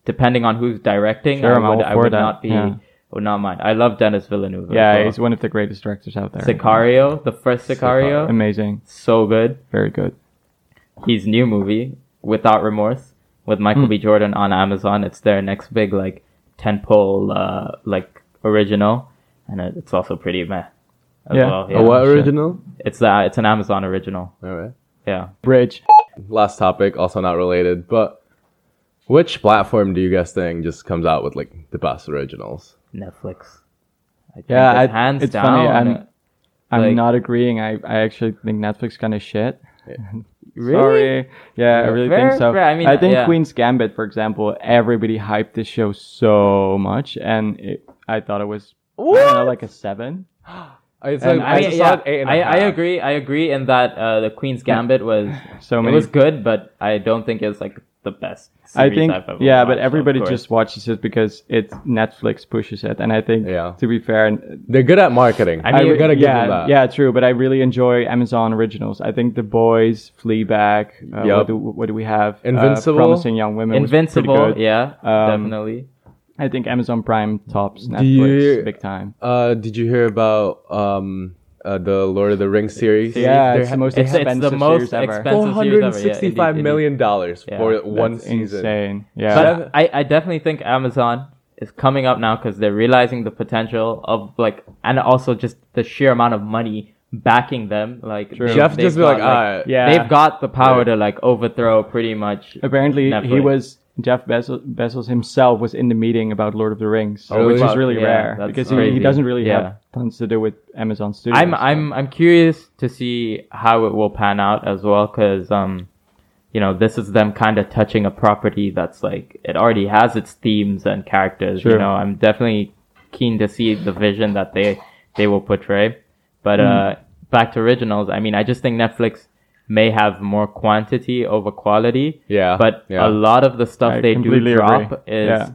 S2: depending on who's directing,
S3: Sure, I'm
S2: I would,
S3: all
S2: I
S3: for
S2: would
S3: that,
S2: not be
S3: yeah.
S2: would not mind. I love Dennis Villeneuve.
S3: yeah,
S2: as
S3: he's
S2: well.
S3: one of the greatest directors out there.
S2: Sicario, the first Sicario,
S3: Amazing,
S2: so good.
S3: very good.
S2: His new movie, Without Remorse, with Michael
S3: Hmm.
S2: B. Jordan on Amazon. It's their next big like tentpole uh, like original, and it, it's also pretty meh. As
S3: Yeah.
S2: well.
S1: Oh, what
S3: shit.
S1: original?
S2: It's uh, it's an Amazon original.
S1: All right.
S2: Yeah.
S3: Bridge.
S1: Last topic, also not related, but which platform do you guys think just comes out with like the best originals?
S2: Netflix. I think
S3: Yeah,
S2: it's
S3: I-
S2: hands
S3: it's
S2: down.
S3: funny, I'm- I'm
S2: Like-
S3: not agreeing. I, I actually think Netflix kind of shit.
S2: really?
S3: Sorry. Yeah, I really
S2: Fair,
S3: think so.
S2: fair. I mean,
S3: think
S2: yeah.
S3: Queen's Gambit, for example, everybody hyped this show so much, and it, I thought it was I don't know, like a seven.
S1: It's
S3: And
S1: like,
S2: I,
S1: I,
S2: mean,
S1: just saw
S2: yeah,
S1: it eight and a
S2: I, I
S1: half.
S2: agree. I agree in that uh, the Queen's Gambit was
S3: So
S2: it
S3: many.
S2: was good, but I don't think it's like the best.
S3: I
S2: Series
S3: think
S2: I've ever
S3: yeah,
S2: watched,
S3: but
S2: of
S3: everybody
S2: course.
S3: just watches it because it's Netflix pushes it, and I think
S1: Yeah.
S3: to be fair, and
S1: They're good at marketing.
S2: I mean,
S1: we gotta give
S3: yeah,
S1: them that.
S3: yeah, true. But I really enjoy Amazon originals. I think The Boys, Fleabag. Uh, what,
S1: Yup.
S3: do, what do we have? Uh,
S1: Invincible.
S3: Promising Young Women. was pretty
S2: Invincible.
S3: good.
S2: Yeah,
S3: Um,
S2: definitely.
S3: I think Amazon Prime tops Netflix
S1: you-
S3: big time.
S1: Uh, did you hear about um uh, the Lord of the Rings series?
S3: Yeah,
S1: They're
S3: it's the most
S2: It's- it's the
S3: expensive
S2: most
S3: series ever.
S2: expensive-
S1: Four
S2: expensive series
S1: hundred and
S2: ever, yeah, indeed,
S1: sixty-five million dollars
S2: Yeah,
S1: for one
S3: That's
S1: season.
S3: Insane. Yeah.
S2: But I, I definitely think Amazon is coming up now because they're realizing the potential of like, and also just the sheer amount of money backing them. Like,
S3: True.
S2: they've-
S1: You have to just be
S2: they've
S1: like,
S2: got,
S1: ah,
S3: yeah.
S2: they've got the power to like overthrow pretty much.
S3: Apparently, he
S2: Netflix.
S3: was Jeff Bezos, Bezos himself was in the meeting about Lord of the Rings,
S1: Oh,
S3: which
S1: really?
S3: is really
S2: Yeah,
S3: rare
S2: that's
S3: because he, he
S2: crazy.
S3: doesn't really
S2: Yeah.
S3: have tons to do with Amazon Studios.
S2: I'm I'm I'm curious to see how it will pan out as well because um, you know, this is them kind of touching a property that's like it already has its themes and characters.
S3: Sure.
S2: You know, I'm definitely keen to see the vision that they they will portray. But
S3: Hmm.
S2: uh, back to originals, I mean, I just think Netflix may have more quantity over quality.
S1: Yeah,
S2: But
S1: yeah.
S2: a lot of the stuff
S3: I
S2: they do
S3: completely
S2: drop
S3: agree.
S2: is.
S3: Yeah.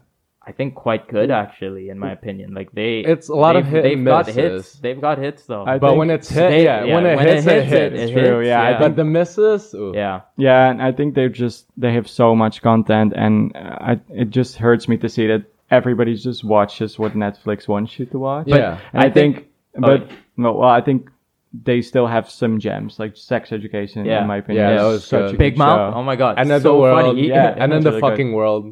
S2: I think quite good actually, in my opinion. Like they,
S1: It's a lot of
S2: they've-
S1: hit
S2: They've
S1: and
S2: got
S1: misses.
S2: hits. They've got hits though.
S3: I
S1: But
S3: think
S1: when it's hit,
S2: They-
S1: yeah, when it hits, it hits.
S3: it True, yeah, I
S1: But the misses, ooh.
S2: yeah.
S3: Yeah, and I think they're just they have so much content, and uh, I, it just hurts me to see that everybody just watches what Netflix wants you to watch.
S1: Yeah.
S3: and I,
S2: I
S3: think,
S2: think- Oh.
S3: but
S2: okay.
S3: no, well, I think they still have some gems like Sex Education,
S2: Yeah.
S3: in my opinion.
S1: Yeah,
S3: is
S1: that was
S3: such
S1: good.
S3: a
S2: Big
S3: good
S2: Mouth.
S3: show.
S2: Oh my god.
S1: and then
S2: so
S1: the world,
S2: funny.
S1: yeah,
S3: Yeah,
S1: and then
S3: that's
S1: the
S3: really
S1: fucking world.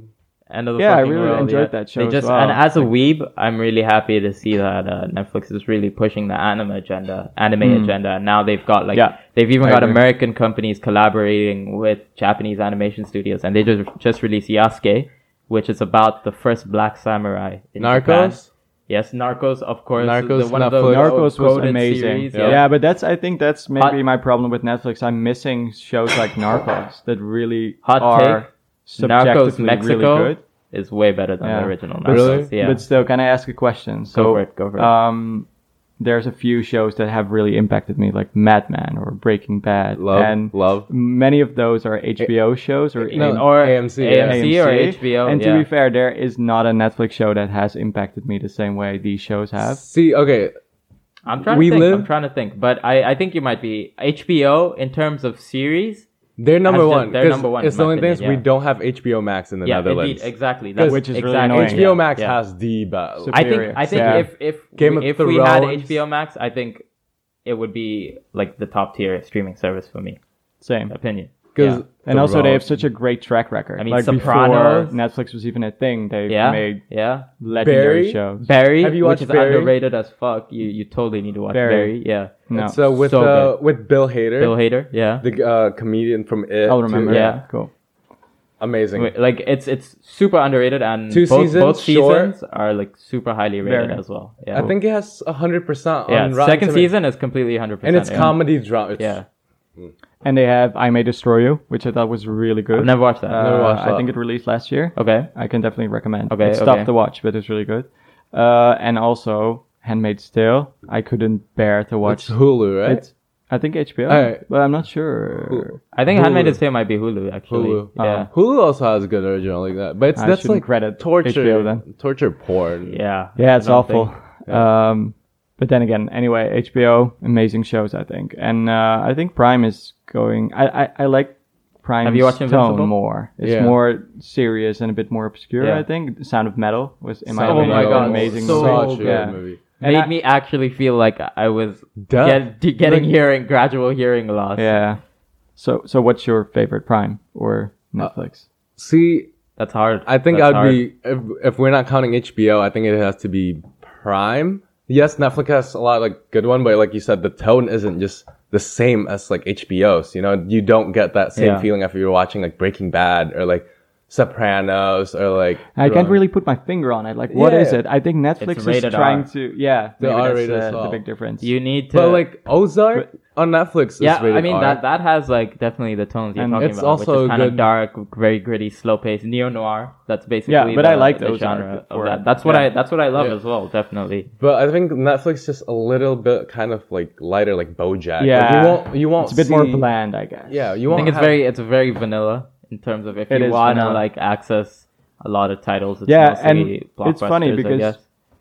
S2: end of the
S3: Yeah, I
S2: fucking
S3: really
S2: world.
S3: enjoyed
S2: yeah.
S3: that show
S2: They
S3: as
S2: just
S3: well.
S2: and as a weeb, I'm really happy to see that uh, Netflix is really pushing the anime agenda, anime agenda. And now they've got like
S3: Yeah,
S2: they've even
S3: I
S2: got
S3: agree.
S2: American companies collaborating with Japanese animation studios, and they just just released Yasuke, which is about the first black samurai in Japan.
S1: Narcos.
S2: Yes, Narcos, of course.
S1: Narcos,
S2: the one of the
S1: Netflix.
S3: Narcos was
S2: coded
S3: amazing.
S2: Oh, series,
S3: yeah. but that's I think that's maybe
S2: Hot-
S3: my problem with Netflix. I'm missing shows like Narcos that really
S2: Hot
S3: are
S2: take,
S3: subjectively
S2: Narcos Mexico
S3: really good.
S2: is way better than
S3: Yeah.
S2: the original
S3: But,
S1: Really?
S2: Narcos. Yeah.
S3: but still, can I ask a question? So,
S2: for it, go for it.
S3: Um, there's a few shows that have really impacted me, like Mad Men or Breaking Bad,
S1: Love,
S3: and
S1: love.
S3: many of those are HBO shows or
S1: No,
S3: A-
S1: or AMC. yeah.
S2: AMC. or HBO,
S3: And
S2: yeah.
S3: to be fair, there is not a Netflix show that has impacted me the same way these shows have.
S1: See, okay,
S2: I'm trying
S1: We
S2: to think.
S1: live-
S2: I'm trying to think, but I, I think you might be HBO in terms of series.
S1: they're number
S2: Has-
S1: one.
S2: they're
S1: 'cause
S2: number one,
S1: It's
S2: in
S1: the
S2: my
S1: only thing is
S2: opinion,
S1: we
S2: yeah.
S1: don't have HBO Max in the
S2: Yeah,
S1: Netherlands.
S2: indeed, exactly. That's
S1: Which
S3: is really
S2: exactly,
S3: annoying.
S1: HBO
S2: yeah,
S1: Max
S2: yeah.
S1: has the best.
S3: Sup-
S2: I think
S3: Superior.
S2: I think
S3: Yeah.
S2: if if
S1: Game of
S2: we, if we had
S1: Thrones.
S2: HBO Max, I think it would be like the top tier streaming service for me.
S3: Same.
S2: Opinion.
S1: Because
S2: Yeah.
S3: And also, they have
S1: such
S3: such a great track record.
S2: I mean,
S3: like
S2: Sopranos.
S3: before Netflix was even a thing, they
S2: Yeah.
S3: made
S2: yeah.
S3: legendary
S1: Barry?
S3: shows.
S2: Barry,
S1: Have you watched
S2: which is
S1: Barry?
S2: underrated as fuck. You you totally need to watch
S3: Barry.
S2: Barry. Yeah.
S3: No,
S1: so with
S2: so
S1: uh, with Bill Hader,
S2: Bill Hader. Yeah.
S1: the uh, comedian from It.
S3: I'll remember.
S1: too.
S2: Yeah.
S3: that. cool.
S1: amazing.
S2: Like it's it's super underrated and
S1: Two
S2: both,
S1: seasons,
S2: both
S1: sure.
S2: seasons are like super highly rated
S3: Barry.
S2: as well. Yeah.
S1: I think it has hundred percent on
S2: oh. yeah.
S1: Rotten
S2: second
S1: Tomatoes.
S2: season is completely hundred percent.
S1: and it's comedy drama. It's-
S2: Yeah.
S3: And they have I May Destroy You, which I thought was really good.
S2: I've never watched that.
S3: Uh,
S1: never watched that.
S3: I think it released last year.
S2: okay.
S3: I can definitely recommend.
S2: Okay,
S3: it's
S2: okay.
S3: tough to watch, but it's really good. Uh, and also, Handmaid's Tale. I couldn't bear to
S1: It's
S3: watch.
S1: Hulu, right?
S3: It's, I think HBO,
S1: Alright.
S3: but I'm not sure.
S1: Hulu.
S2: I think
S1: Hulu.
S2: Handmaid's Tale might be Hulu actually.
S1: Hulu. Uh, Uh-huh.
S2: Yeah.
S1: Hulu also has a good original like that, but it's
S3: I
S1: that's
S3: shouldn't
S1: like
S3: credit
S1: torture,
S3: HBO then.
S1: torture porn.
S2: yeah.
S3: Yeah, it's
S2: I don't
S3: awful.
S2: think-
S3: Um, but then again, anyway, HBO, amazing shows, I think, and uh, I think Prime is going. I I, I like Prime.
S2: Have you watched Invincible?
S3: tone more? It's
S1: Yeah.
S3: more serious and a bit more obscure.
S2: Yeah.
S3: I think The Sound of Metal was, in my
S1: Sound of
S2: Oh
S3: opinion,
S2: my
S1: Metal.
S2: God,
S3: an amazing.
S2: so
S3: movie.
S1: such a good
S3: Yeah.
S1: movie.
S3: And
S2: Made
S3: I-
S2: me actually feel like I was
S1: Duh.
S2: get, de- getting
S1: Like-
S2: hearing gradual hearing loss.
S3: Yeah. So so, what's your favorite Prime or
S2: Uh,
S3: Netflix?
S1: See,
S2: That's hard.
S1: I think
S2: That's
S1: I'd be if, if we're not counting HBO, I think it has to be Prime. Yes, Netflix has a lot of, like good one, but like you said, the tone isn't just the same as like HBO's. You know, you don't get that same
S2: Yeah.
S1: feeling after you're watching like Breaking Bad or like Sopranos or like.
S3: I can't
S1: Run.
S3: really put my finger on it. Like, what
S1: Yeah.
S3: is it? I think Netflix is
S2: rated
S3: trying
S2: R.
S3: to. Yeah,
S1: The
S3: maybe
S1: R
S3: that's
S1: rated
S3: uh,
S1: as well.
S3: the big difference.
S2: You need to
S1: But like Ozark on Netflix is
S2: yeah,
S1: rated
S2: I mean
S1: R.
S2: that that has like definitely the tones you're
S3: And
S2: talking
S1: it's
S2: about,
S1: also
S2: which is kind
S1: good-
S2: of dark, very gritty, slow paced neo noir. That's basically
S3: Yeah, but
S2: the,
S3: I like
S2: the
S3: those
S2: genre
S3: art
S2: of
S3: for
S2: that.
S3: it.
S2: That's what
S3: Yeah.
S2: I that's what I love
S1: Yeah.
S2: as well, definitely.
S1: But I think Netflix just a little bit kind of like lighter, like BoJack. Like,
S3: Yeah.
S1: you won't. You won't.
S3: it's a bit more
S1: see-
S3: bland, I guess.
S1: Yeah, you
S2: I
S1: won't.
S2: think it's
S1: have-
S2: very it's very vanilla in terms of if
S3: It
S2: you
S3: is
S2: wanna
S3: vanilla.
S2: like access a lot of titles. It's
S3: Yeah,
S2: mostly
S3: and it's funny
S2: blockbusters, I
S3: because-
S2: guess.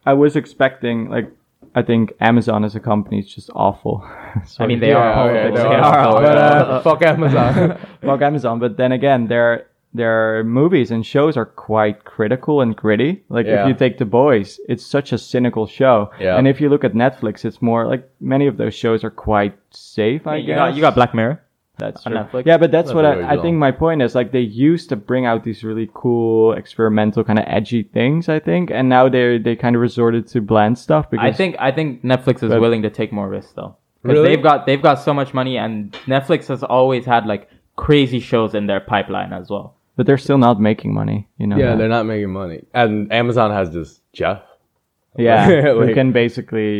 S3: I was expecting like I think Amazon as a company is just awful.
S2: I mean they
S1: Yeah,
S2: are all
S1: yeah,
S2: they,
S1: they are
S2: are
S1: all-
S2: all
S1: But,
S2: uh,
S1: fuck Amazon.
S3: fuck Amazon, but then again, their their movies and shows are quite critical and gritty. Like
S1: Yeah.
S3: if you take The Boys, it's such a cynical show.
S1: Yeah.
S3: And if you look at Netflix, it's more like many of those shows are quite safe. I
S2: you
S3: guess
S2: got you got Black Mirror.
S3: That's
S2: on
S3: true.
S2: Netflix.
S3: Yeah, but that's
S1: That's
S3: what
S1: very
S3: I, I
S1: dull.
S3: think my point is. Like they used to bring out these really cool, experimental, kind of edgy things. I think, and now they they kind of resorted to bland stuff.
S2: I
S3: Because
S2: think I think Netflix is
S3: But-
S2: willing to take more risks though. Because
S1: Really?
S2: they've got they've got so much money and Netflix has always had like crazy shows in their pipeline as well.
S3: but they're still not making money. You know.
S1: yeah,
S3: that.
S1: they're not making money, and Amazon has this Jeff.
S3: Yeah,
S1: Like-
S3: we can basically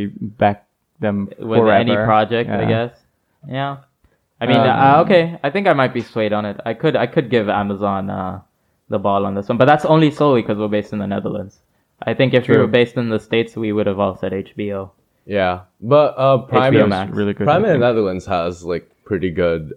S3: back them
S2: with
S3: forever.
S2: any project, I
S3: Yeah.
S2: guess. Yeah. I mean,
S3: Um,
S2: uh, okay. I think I might be swayed on it. I could, I could give Amazon uh, the ball on this one, but that's only solely because we're based in the Netherlands. I think if we
S3: True.
S2: were based in the states, we would have all said HBO.
S1: Yeah, but uh, Prime
S2: HBO
S1: is-
S2: Max.
S3: Really good.
S1: Prime
S3: I
S1: in the
S3: think.
S1: Netherlands has like pretty good,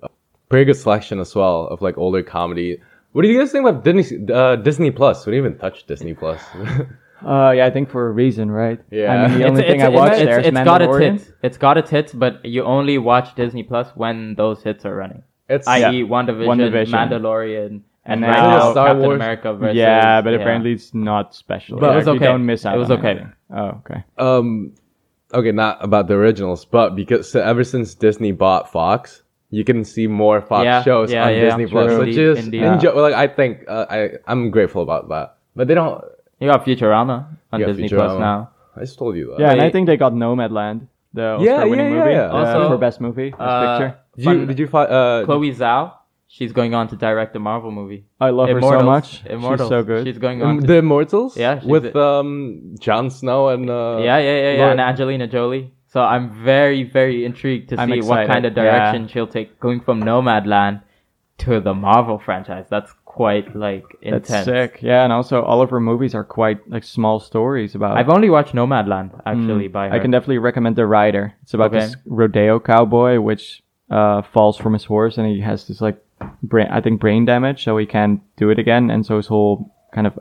S1: pretty good selection as well of like older comedy. What do you guys think about Disney uh, Disney Plus? We didn't even touch Disney Plus.
S3: Uh, yeah, I think for a reason, right?
S1: Yeah.
S3: I mean, the
S1: It's-
S3: only thing I watched there is
S2: it's got its
S3: Mandalorian.
S2: hits. It's got its hits, but you only watch Disney Plus when those hits are running,
S1: it's
S2: i.e., WandaVision,
S3: WandaVision.
S2: Mandalorian, and
S3: And
S2: right
S3: now-
S2: now
S1: Star
S2: Captain
S1: Wars.
S2: America versus
S3: Yeah, but apparently it's not special.
S1: But it
S3: yeah,
S2: was
S3: you
S2: okay.
S3: Don't miss out.
S2: It was
S3: on
S2: okay.
S3: anything. Oh, okay.
S1: um okay not about the originals but because so ever since disney bought fox you can see more fox
S2: Yeah,
S1: shows
S2: yeah,
S1: on
S2: yeah,
S1: disney plus
S2: true.
S1: which
S2: Indeed,
S1: is
S2: indeed.
S1: enjo- like i think uh, i i'm grateful about that But they don't.
S2: You got Futurama on
S1: You got
S2: Disney
S1: Futurama.
S2: Plus now.
S1: I just told you that.
S3: Yeah, and I
S2: Wait.
S3: think they got Nomadland, the
S1: Yeah, yeah,
S3: Oscar-winning
S1: yeah,
S3: movie,
S1: yeah.
S3: uh,
S2: Also,
S3: for best movie, best
S2: uh,
S3: picture.
S1: Did you
S2: Fun-
S1: did you find uh,
S2: Chloe Zhao, she's going on to direct a Marvel movie.
S3: I love her so
S2: Immortals.
S3: much.
S2: Immortals.
S3: She's so good.
S2: She's going on.
S1: um,
S2: to-
S1: the Immortals?
S2: Yeah, she's
S1: with
S2: a-
S1: um Jon Snow and uh,
S2: yeah, yeah, yeah, yeah.
S1: Laura-
S2: And Angelina Jolie. So I'm very, very intrigued to
S3: I'm
S2: see what
S3: excited.
S2: kind of
S3: Yeah.
S2: direction she'll take going from Nomadland to the Marvel franchise. That's quite like intense.
S3: That's sick. Yeah, and also all of her movies are quite like small stories about.
S2: I've only watched Nomadland actually by her.
S3: Mm. I can definitely recommend The Rider. It's about
S2: Okay.
S3: this rodeo cowboy which uh, falls from his horse and he has this like brain, I think brain damage, so he can't do it again, and so his whole kind of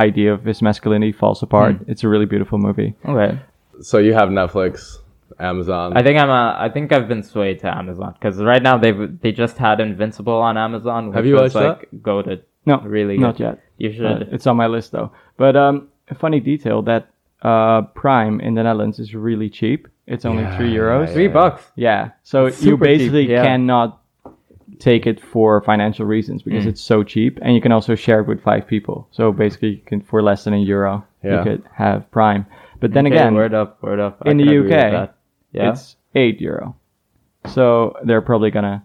S3: idea of his masculinity falls apart.
S2: Hmm.
S3: It's a really beautiful movie.
S2: okay.
S1: So you have Netflix, Amazon.
S2: I think I'm. A, I think I've been swayed to Amazon because right now they've they just had Invincible on Amazon. Which
S1: Have you
S2: was,
S1: watched
S2: like, that? Go to
S3: No,
S2: really
S3: not
S2: good.
S3: yet.
S2: You
S3: Uh,
S2: should.
S3: it's on my list though. But um, a funny detail that uh, Prime in the Netherlands is really cheap. It's only
S1: Yeah,
S3: three euros.
S1: yeah,
S2: Three bucks.
S3: Yeah. So you
S2: super cheap,
S3: basically
S2: yeah.
S3: cannot take it for financial reasons because
S2: Mm.
S3: it's so cheap and you can also share it with five people. So basically you can for less than a euro
S1: Yeah.
S3: you could have Prime. But then
S2: Okay,
S3: again
S2: word up, word up. I
S3: in the
S2: can agree with
S3: UK,
S2: that. yeah.
S3: it's eight euro. So they're probably gonna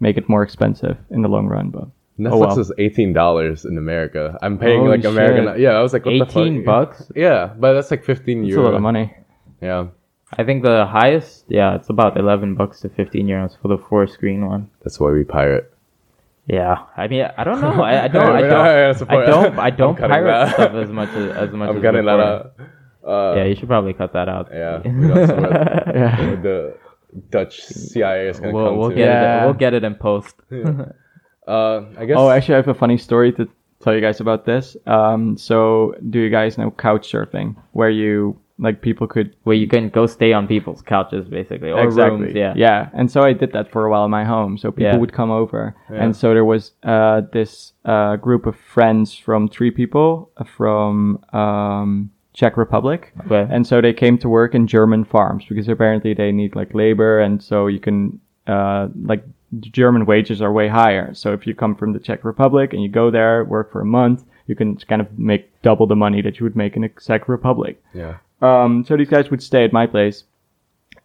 S3: make it more expensive in the long run, but
S1: Netflix
S3: oh, well.
S1: is eighteen dollars in America. I'm paying
S3: Holy
S1: like American.
S3: shit.
S1: Yeah, I was like what the fuck?
S2: 18 bucks?
S1: Yeah, but that's like fifteen
S3: it's
S1: euro.
S3: a lot of money.
S1: Yeah,
S2: I think the highest, yeah, it's about 11 bucks to 15 euros for the four screen one.
S1: that's why we pirate.
S2: Yeah, I mean, I don't know. I, I don't, I
S1: We're
S2: don't,
S1: not- yeah,
S2: I
S1: support-
S2: don't, I don't
S1: I'm cutting
S2: pirate
S1: that.
S2: stuff as much as, as much
S1: I'm
S2: as
S1: cutting that
S2: before.
S1: out. Uh,
S2: Yeah, you should probably cut that out.
S1: yeah, we don't support- the Dutch CIA is gonna
S2: we'll,
S1: come
S2: we'll
S1: to
S2: get
S3: Yeah.
S2: it. We'll get it in post.
S1: Uh, I guess.
S3: Oh, actually, I have a funny story to tell you guys about this. Um, so, do you guys know couch surfing, where you like people could
S2: Where you can go stay on people's couches, basically, or rooms. Yeah,
S3: yeah. And so I did that for a while in my home. So people
S2: Yeah.
S3: would come over, and so there was uh, this uh, group of friends from three people uh, from um, Czech Republic,
S2: Okay.
S3: and so they came to work in German farms because apparently they need like labor, and so you can uh, like the German wages are way higher. So if you come from the Czech Republic and you go there work for a month, you can kind of make double the money that you would make in the Czech Republic.
S1: yeah.
S3: Um, so these guys would stay at my place,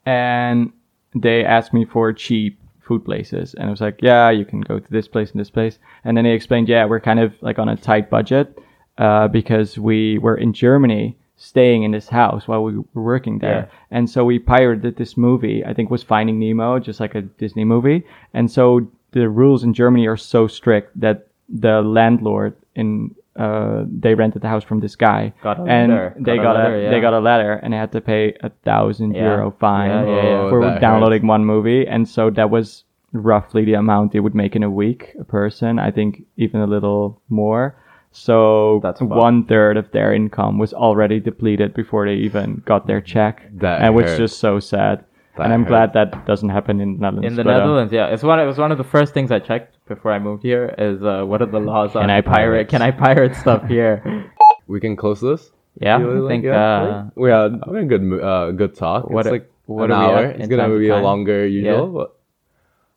S3: and they asked me for cheap food places, and I was like, "Yeah, you can go to this place and this place." And then they explained, "Yeah, we're kind of like on a tight budget uh, because we were in Germany." staying in this house while we were working there and so we pirated this movie i think was finding nemo just like a disney movie and so the rules in germany are so strict that the landlord in uh, they rented the house from this guy
S2: Got a
S3: and
S2: letter.
S3: they got,
S2: Got a
S3: a,
S2: letter, yeah.
S3: they got a letter and they had to pay a thousand
S2: Yeah.
S3: euro fine
S2: Yeah, yeah, yeah.
S3: for
S1: Oh, that
S3: downloading one movie and so that was roughly the amount they would make in a week a person i think even a little more so
S2: That's fucked.
S3: one third of their income was already depleted before they even got their check
S1: That
S3: and which
S1: hurts.
S3: just so sad
S1: That
S3: and i'm
S1: hurts.
S3: glad that doesn't happen in the netherlands
S2: in the
S3: but, uh,
S2: Netherlands, yeah, it's one. It was one of the first things I checked before I moved here. Is uh, what are the laws on
S3: I pirate?
S2: pirate? Can I pirate stuff here?
S1: We can close this.
S2: Yeah,
S1: You really
S2: I think.
S1: like- yeah,
S2: uh,
S1: right? we had we had a good mo- uh, good talk.
S2: what
S1: it's
S2: are-
S1: like
S2: what
S1: an
S2: do we
S1: hour.
S2: have
S1: It's
S2: in
S1: gonna
S2: time to
S1: be a
S2: time?
S1: longer usual.
S2: Yeah.
S1: But,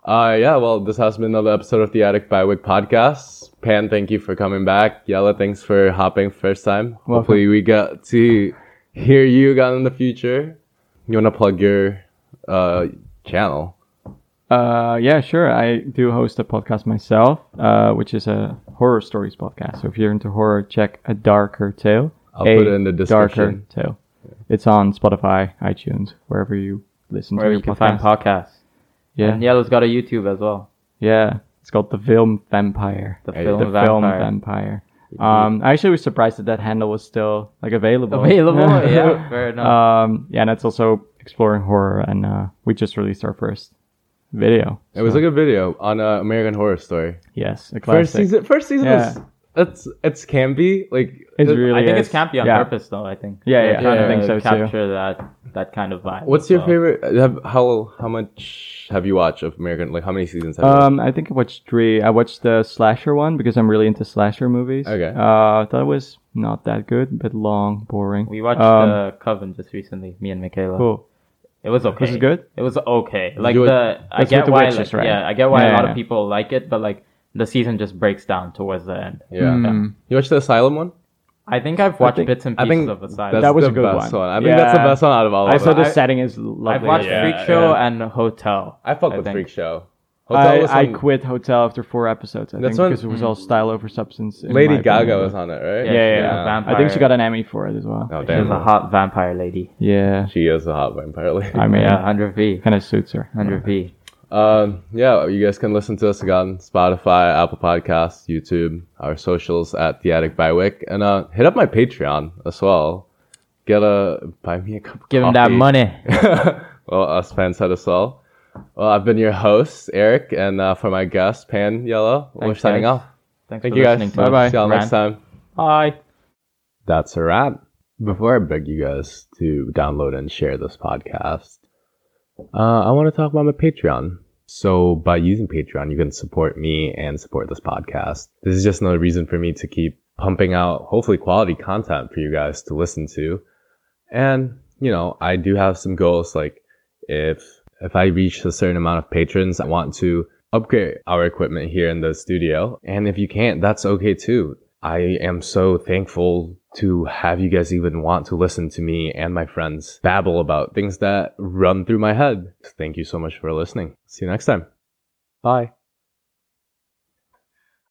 S1: uh, yeah. Well, this has been another episode of the Attic by Wick podcast. Pan, thank you for coming back. Yella, thanks for hopping first time. Hopefully, we got to hear you again in the future. You wanna plug your uh, channel?
S3: Uh, yeah, sure. I do host a podcast myself, uh, which is a horror stories podcast. So if you're into horror, check A Darker Tale.
S1: I'll
S3: A
S1: put it in the description.
S3: Darker Tale. It's on Spotify, iTunes, wherever you listen
S2: where
S3: to
S2: you can
S3: your
S2: find
S3: podcast.
S2: podcasts.
S3: yeah,
S2: And Yellow's got a YouTube as well.
S3: yeah. It's called The Film Vampire.
S2: The
S1: Hey,
S2: film
S3: The
S2: vampire.
S3: Film Vampire.
S1: Mm-hmm.
S3: Um, I actually was surprised that that handle was still like available.
S2: Available, yeah, fair enough.
S3: um, yeah, and it's also exploring horror, and uh, we just released our first video.
S1: It was a good video on uh, American Horror Story.
S3: Yes, a classic.
S1: First season. First season
S3: Yeah.
S1: is it's it's campy. Like
S3: It's
S1: it-
S3: really
S2: I think it's
S3: is.
S2: campy on
S3: Yeah.
S2: purpose, though. I think.
S3: Yeah,
S2: They're
S3: yeah,
S2: trying
S1: I
S2: to
S1: think
S3: so too.
S2: Capture that that kind of vibe.
S1: What's
S2: as
S1: your
S2: well.
S1: favorite? uh, Have, how how much have you watched of American? Like how many seasons have you? watched?
S3: Um, I think I watched three. I watched the slasher one because I'm really into slasher movies.
S1: Okay.
S3: Uh, I thought it was not that good, but long, boring.
S2: We watched
S3: Um,
S2: uh, Coven just recently. Me and Michaela.
S3: cool.
S2: It was okay.
S3: Was it good?
S2: It was okay. Like
S1: You would-
S2: the I
S3: That's
S2: get
S3: with the
S2: why
S3: witches,
S2: like,
S3: right?
S2: yeah I get why
S3: Yeah,
S2: a lot
S3: yeah.
S2: of people like it, but like the season just breaks down towards the end.
S1: Yeah.
S3: hmm.
S1: You watched the Asylum one?
S2: I think I've watched
S3: think-
S2: bits and
S1: I
S2: pieces
S1: think
S2: of the
S1: that's
S2: side.
S3: That was
S1: the
S3: a good
S1: best
S3: one.
S1: I think that's the
S3: Yeah.
S1: best one out of all of
S3: Also,
S1: them.
S3: the
S2: I-
S3: setting is
S2: I've
S3: lovely.
S2: watched
S4: Yeah,
S2: Freak Show
S4: yeah.
S2: and Hotel.
S1: I fuck with
S2: think.
S1: Freak Show.
S3: I,
S1: was
S3: I
S1: on-
S3: quit Hotel after four episodes. I
S1: That's
S3: think
S1: when-
S3: because it was all style over substance. in
S1: Lady
S3: my opinion.
S1: Gaga was on it, right?
S2: Yeah,
S3: yeah,
S2: she was
S3: yeah.
S2: a
S3: I
S2: vampire.
S3: think she got an Emmy for it as well.
S1: Oh
S2: She was
S1: damn.
S2: a hot vampire lady.
S3: Yeah,
S1: She is a hot vampire lady.
S3: I mean,
S2: Yeah, 100 V.
S3: kind of suits her.
S2: 100 V.
S1: Um, yeah, you guys can listen to us on Spotify, Apple Podcasts, YouTube, our socials at The Attic by Wick, and uh, hit up my Patreon as well. Get a buy me a cup. Of
S2: Give him that
S1: coffee.
S2: money.
S1: well, us fans had us all. Well, I've been your host, Eric, and uh, for my guest, Pan Yellow, we're
S2: Thanks,
S1: signing
S2: guys.
S1: off.
S2: Thanks
S1: Thank
S2: for
S1: you
S2: listening
S1: guys.
S2: to us,
S1: See y'all next
S2: Rand.
S1: time.
S2: Bye.
S1: That's a wrap. Before I beg you guys to download and share this podcast, uh, I want to talk about my Patreon. So, by using Patreon, you can support me and support this podcast. This is just another reason for me to keep pumping out hopefully quality content for you guys to listen to. And, you know, I do have some goals like if if I reach a certain amount of patrons, I want to upgrade our equipment here in the studio. And if you can't, that's okay too. I am so thankful to have you guys even want to listen to me and my friends babble about things that run through my head. Thank you so much for listening. See you next time. Bye.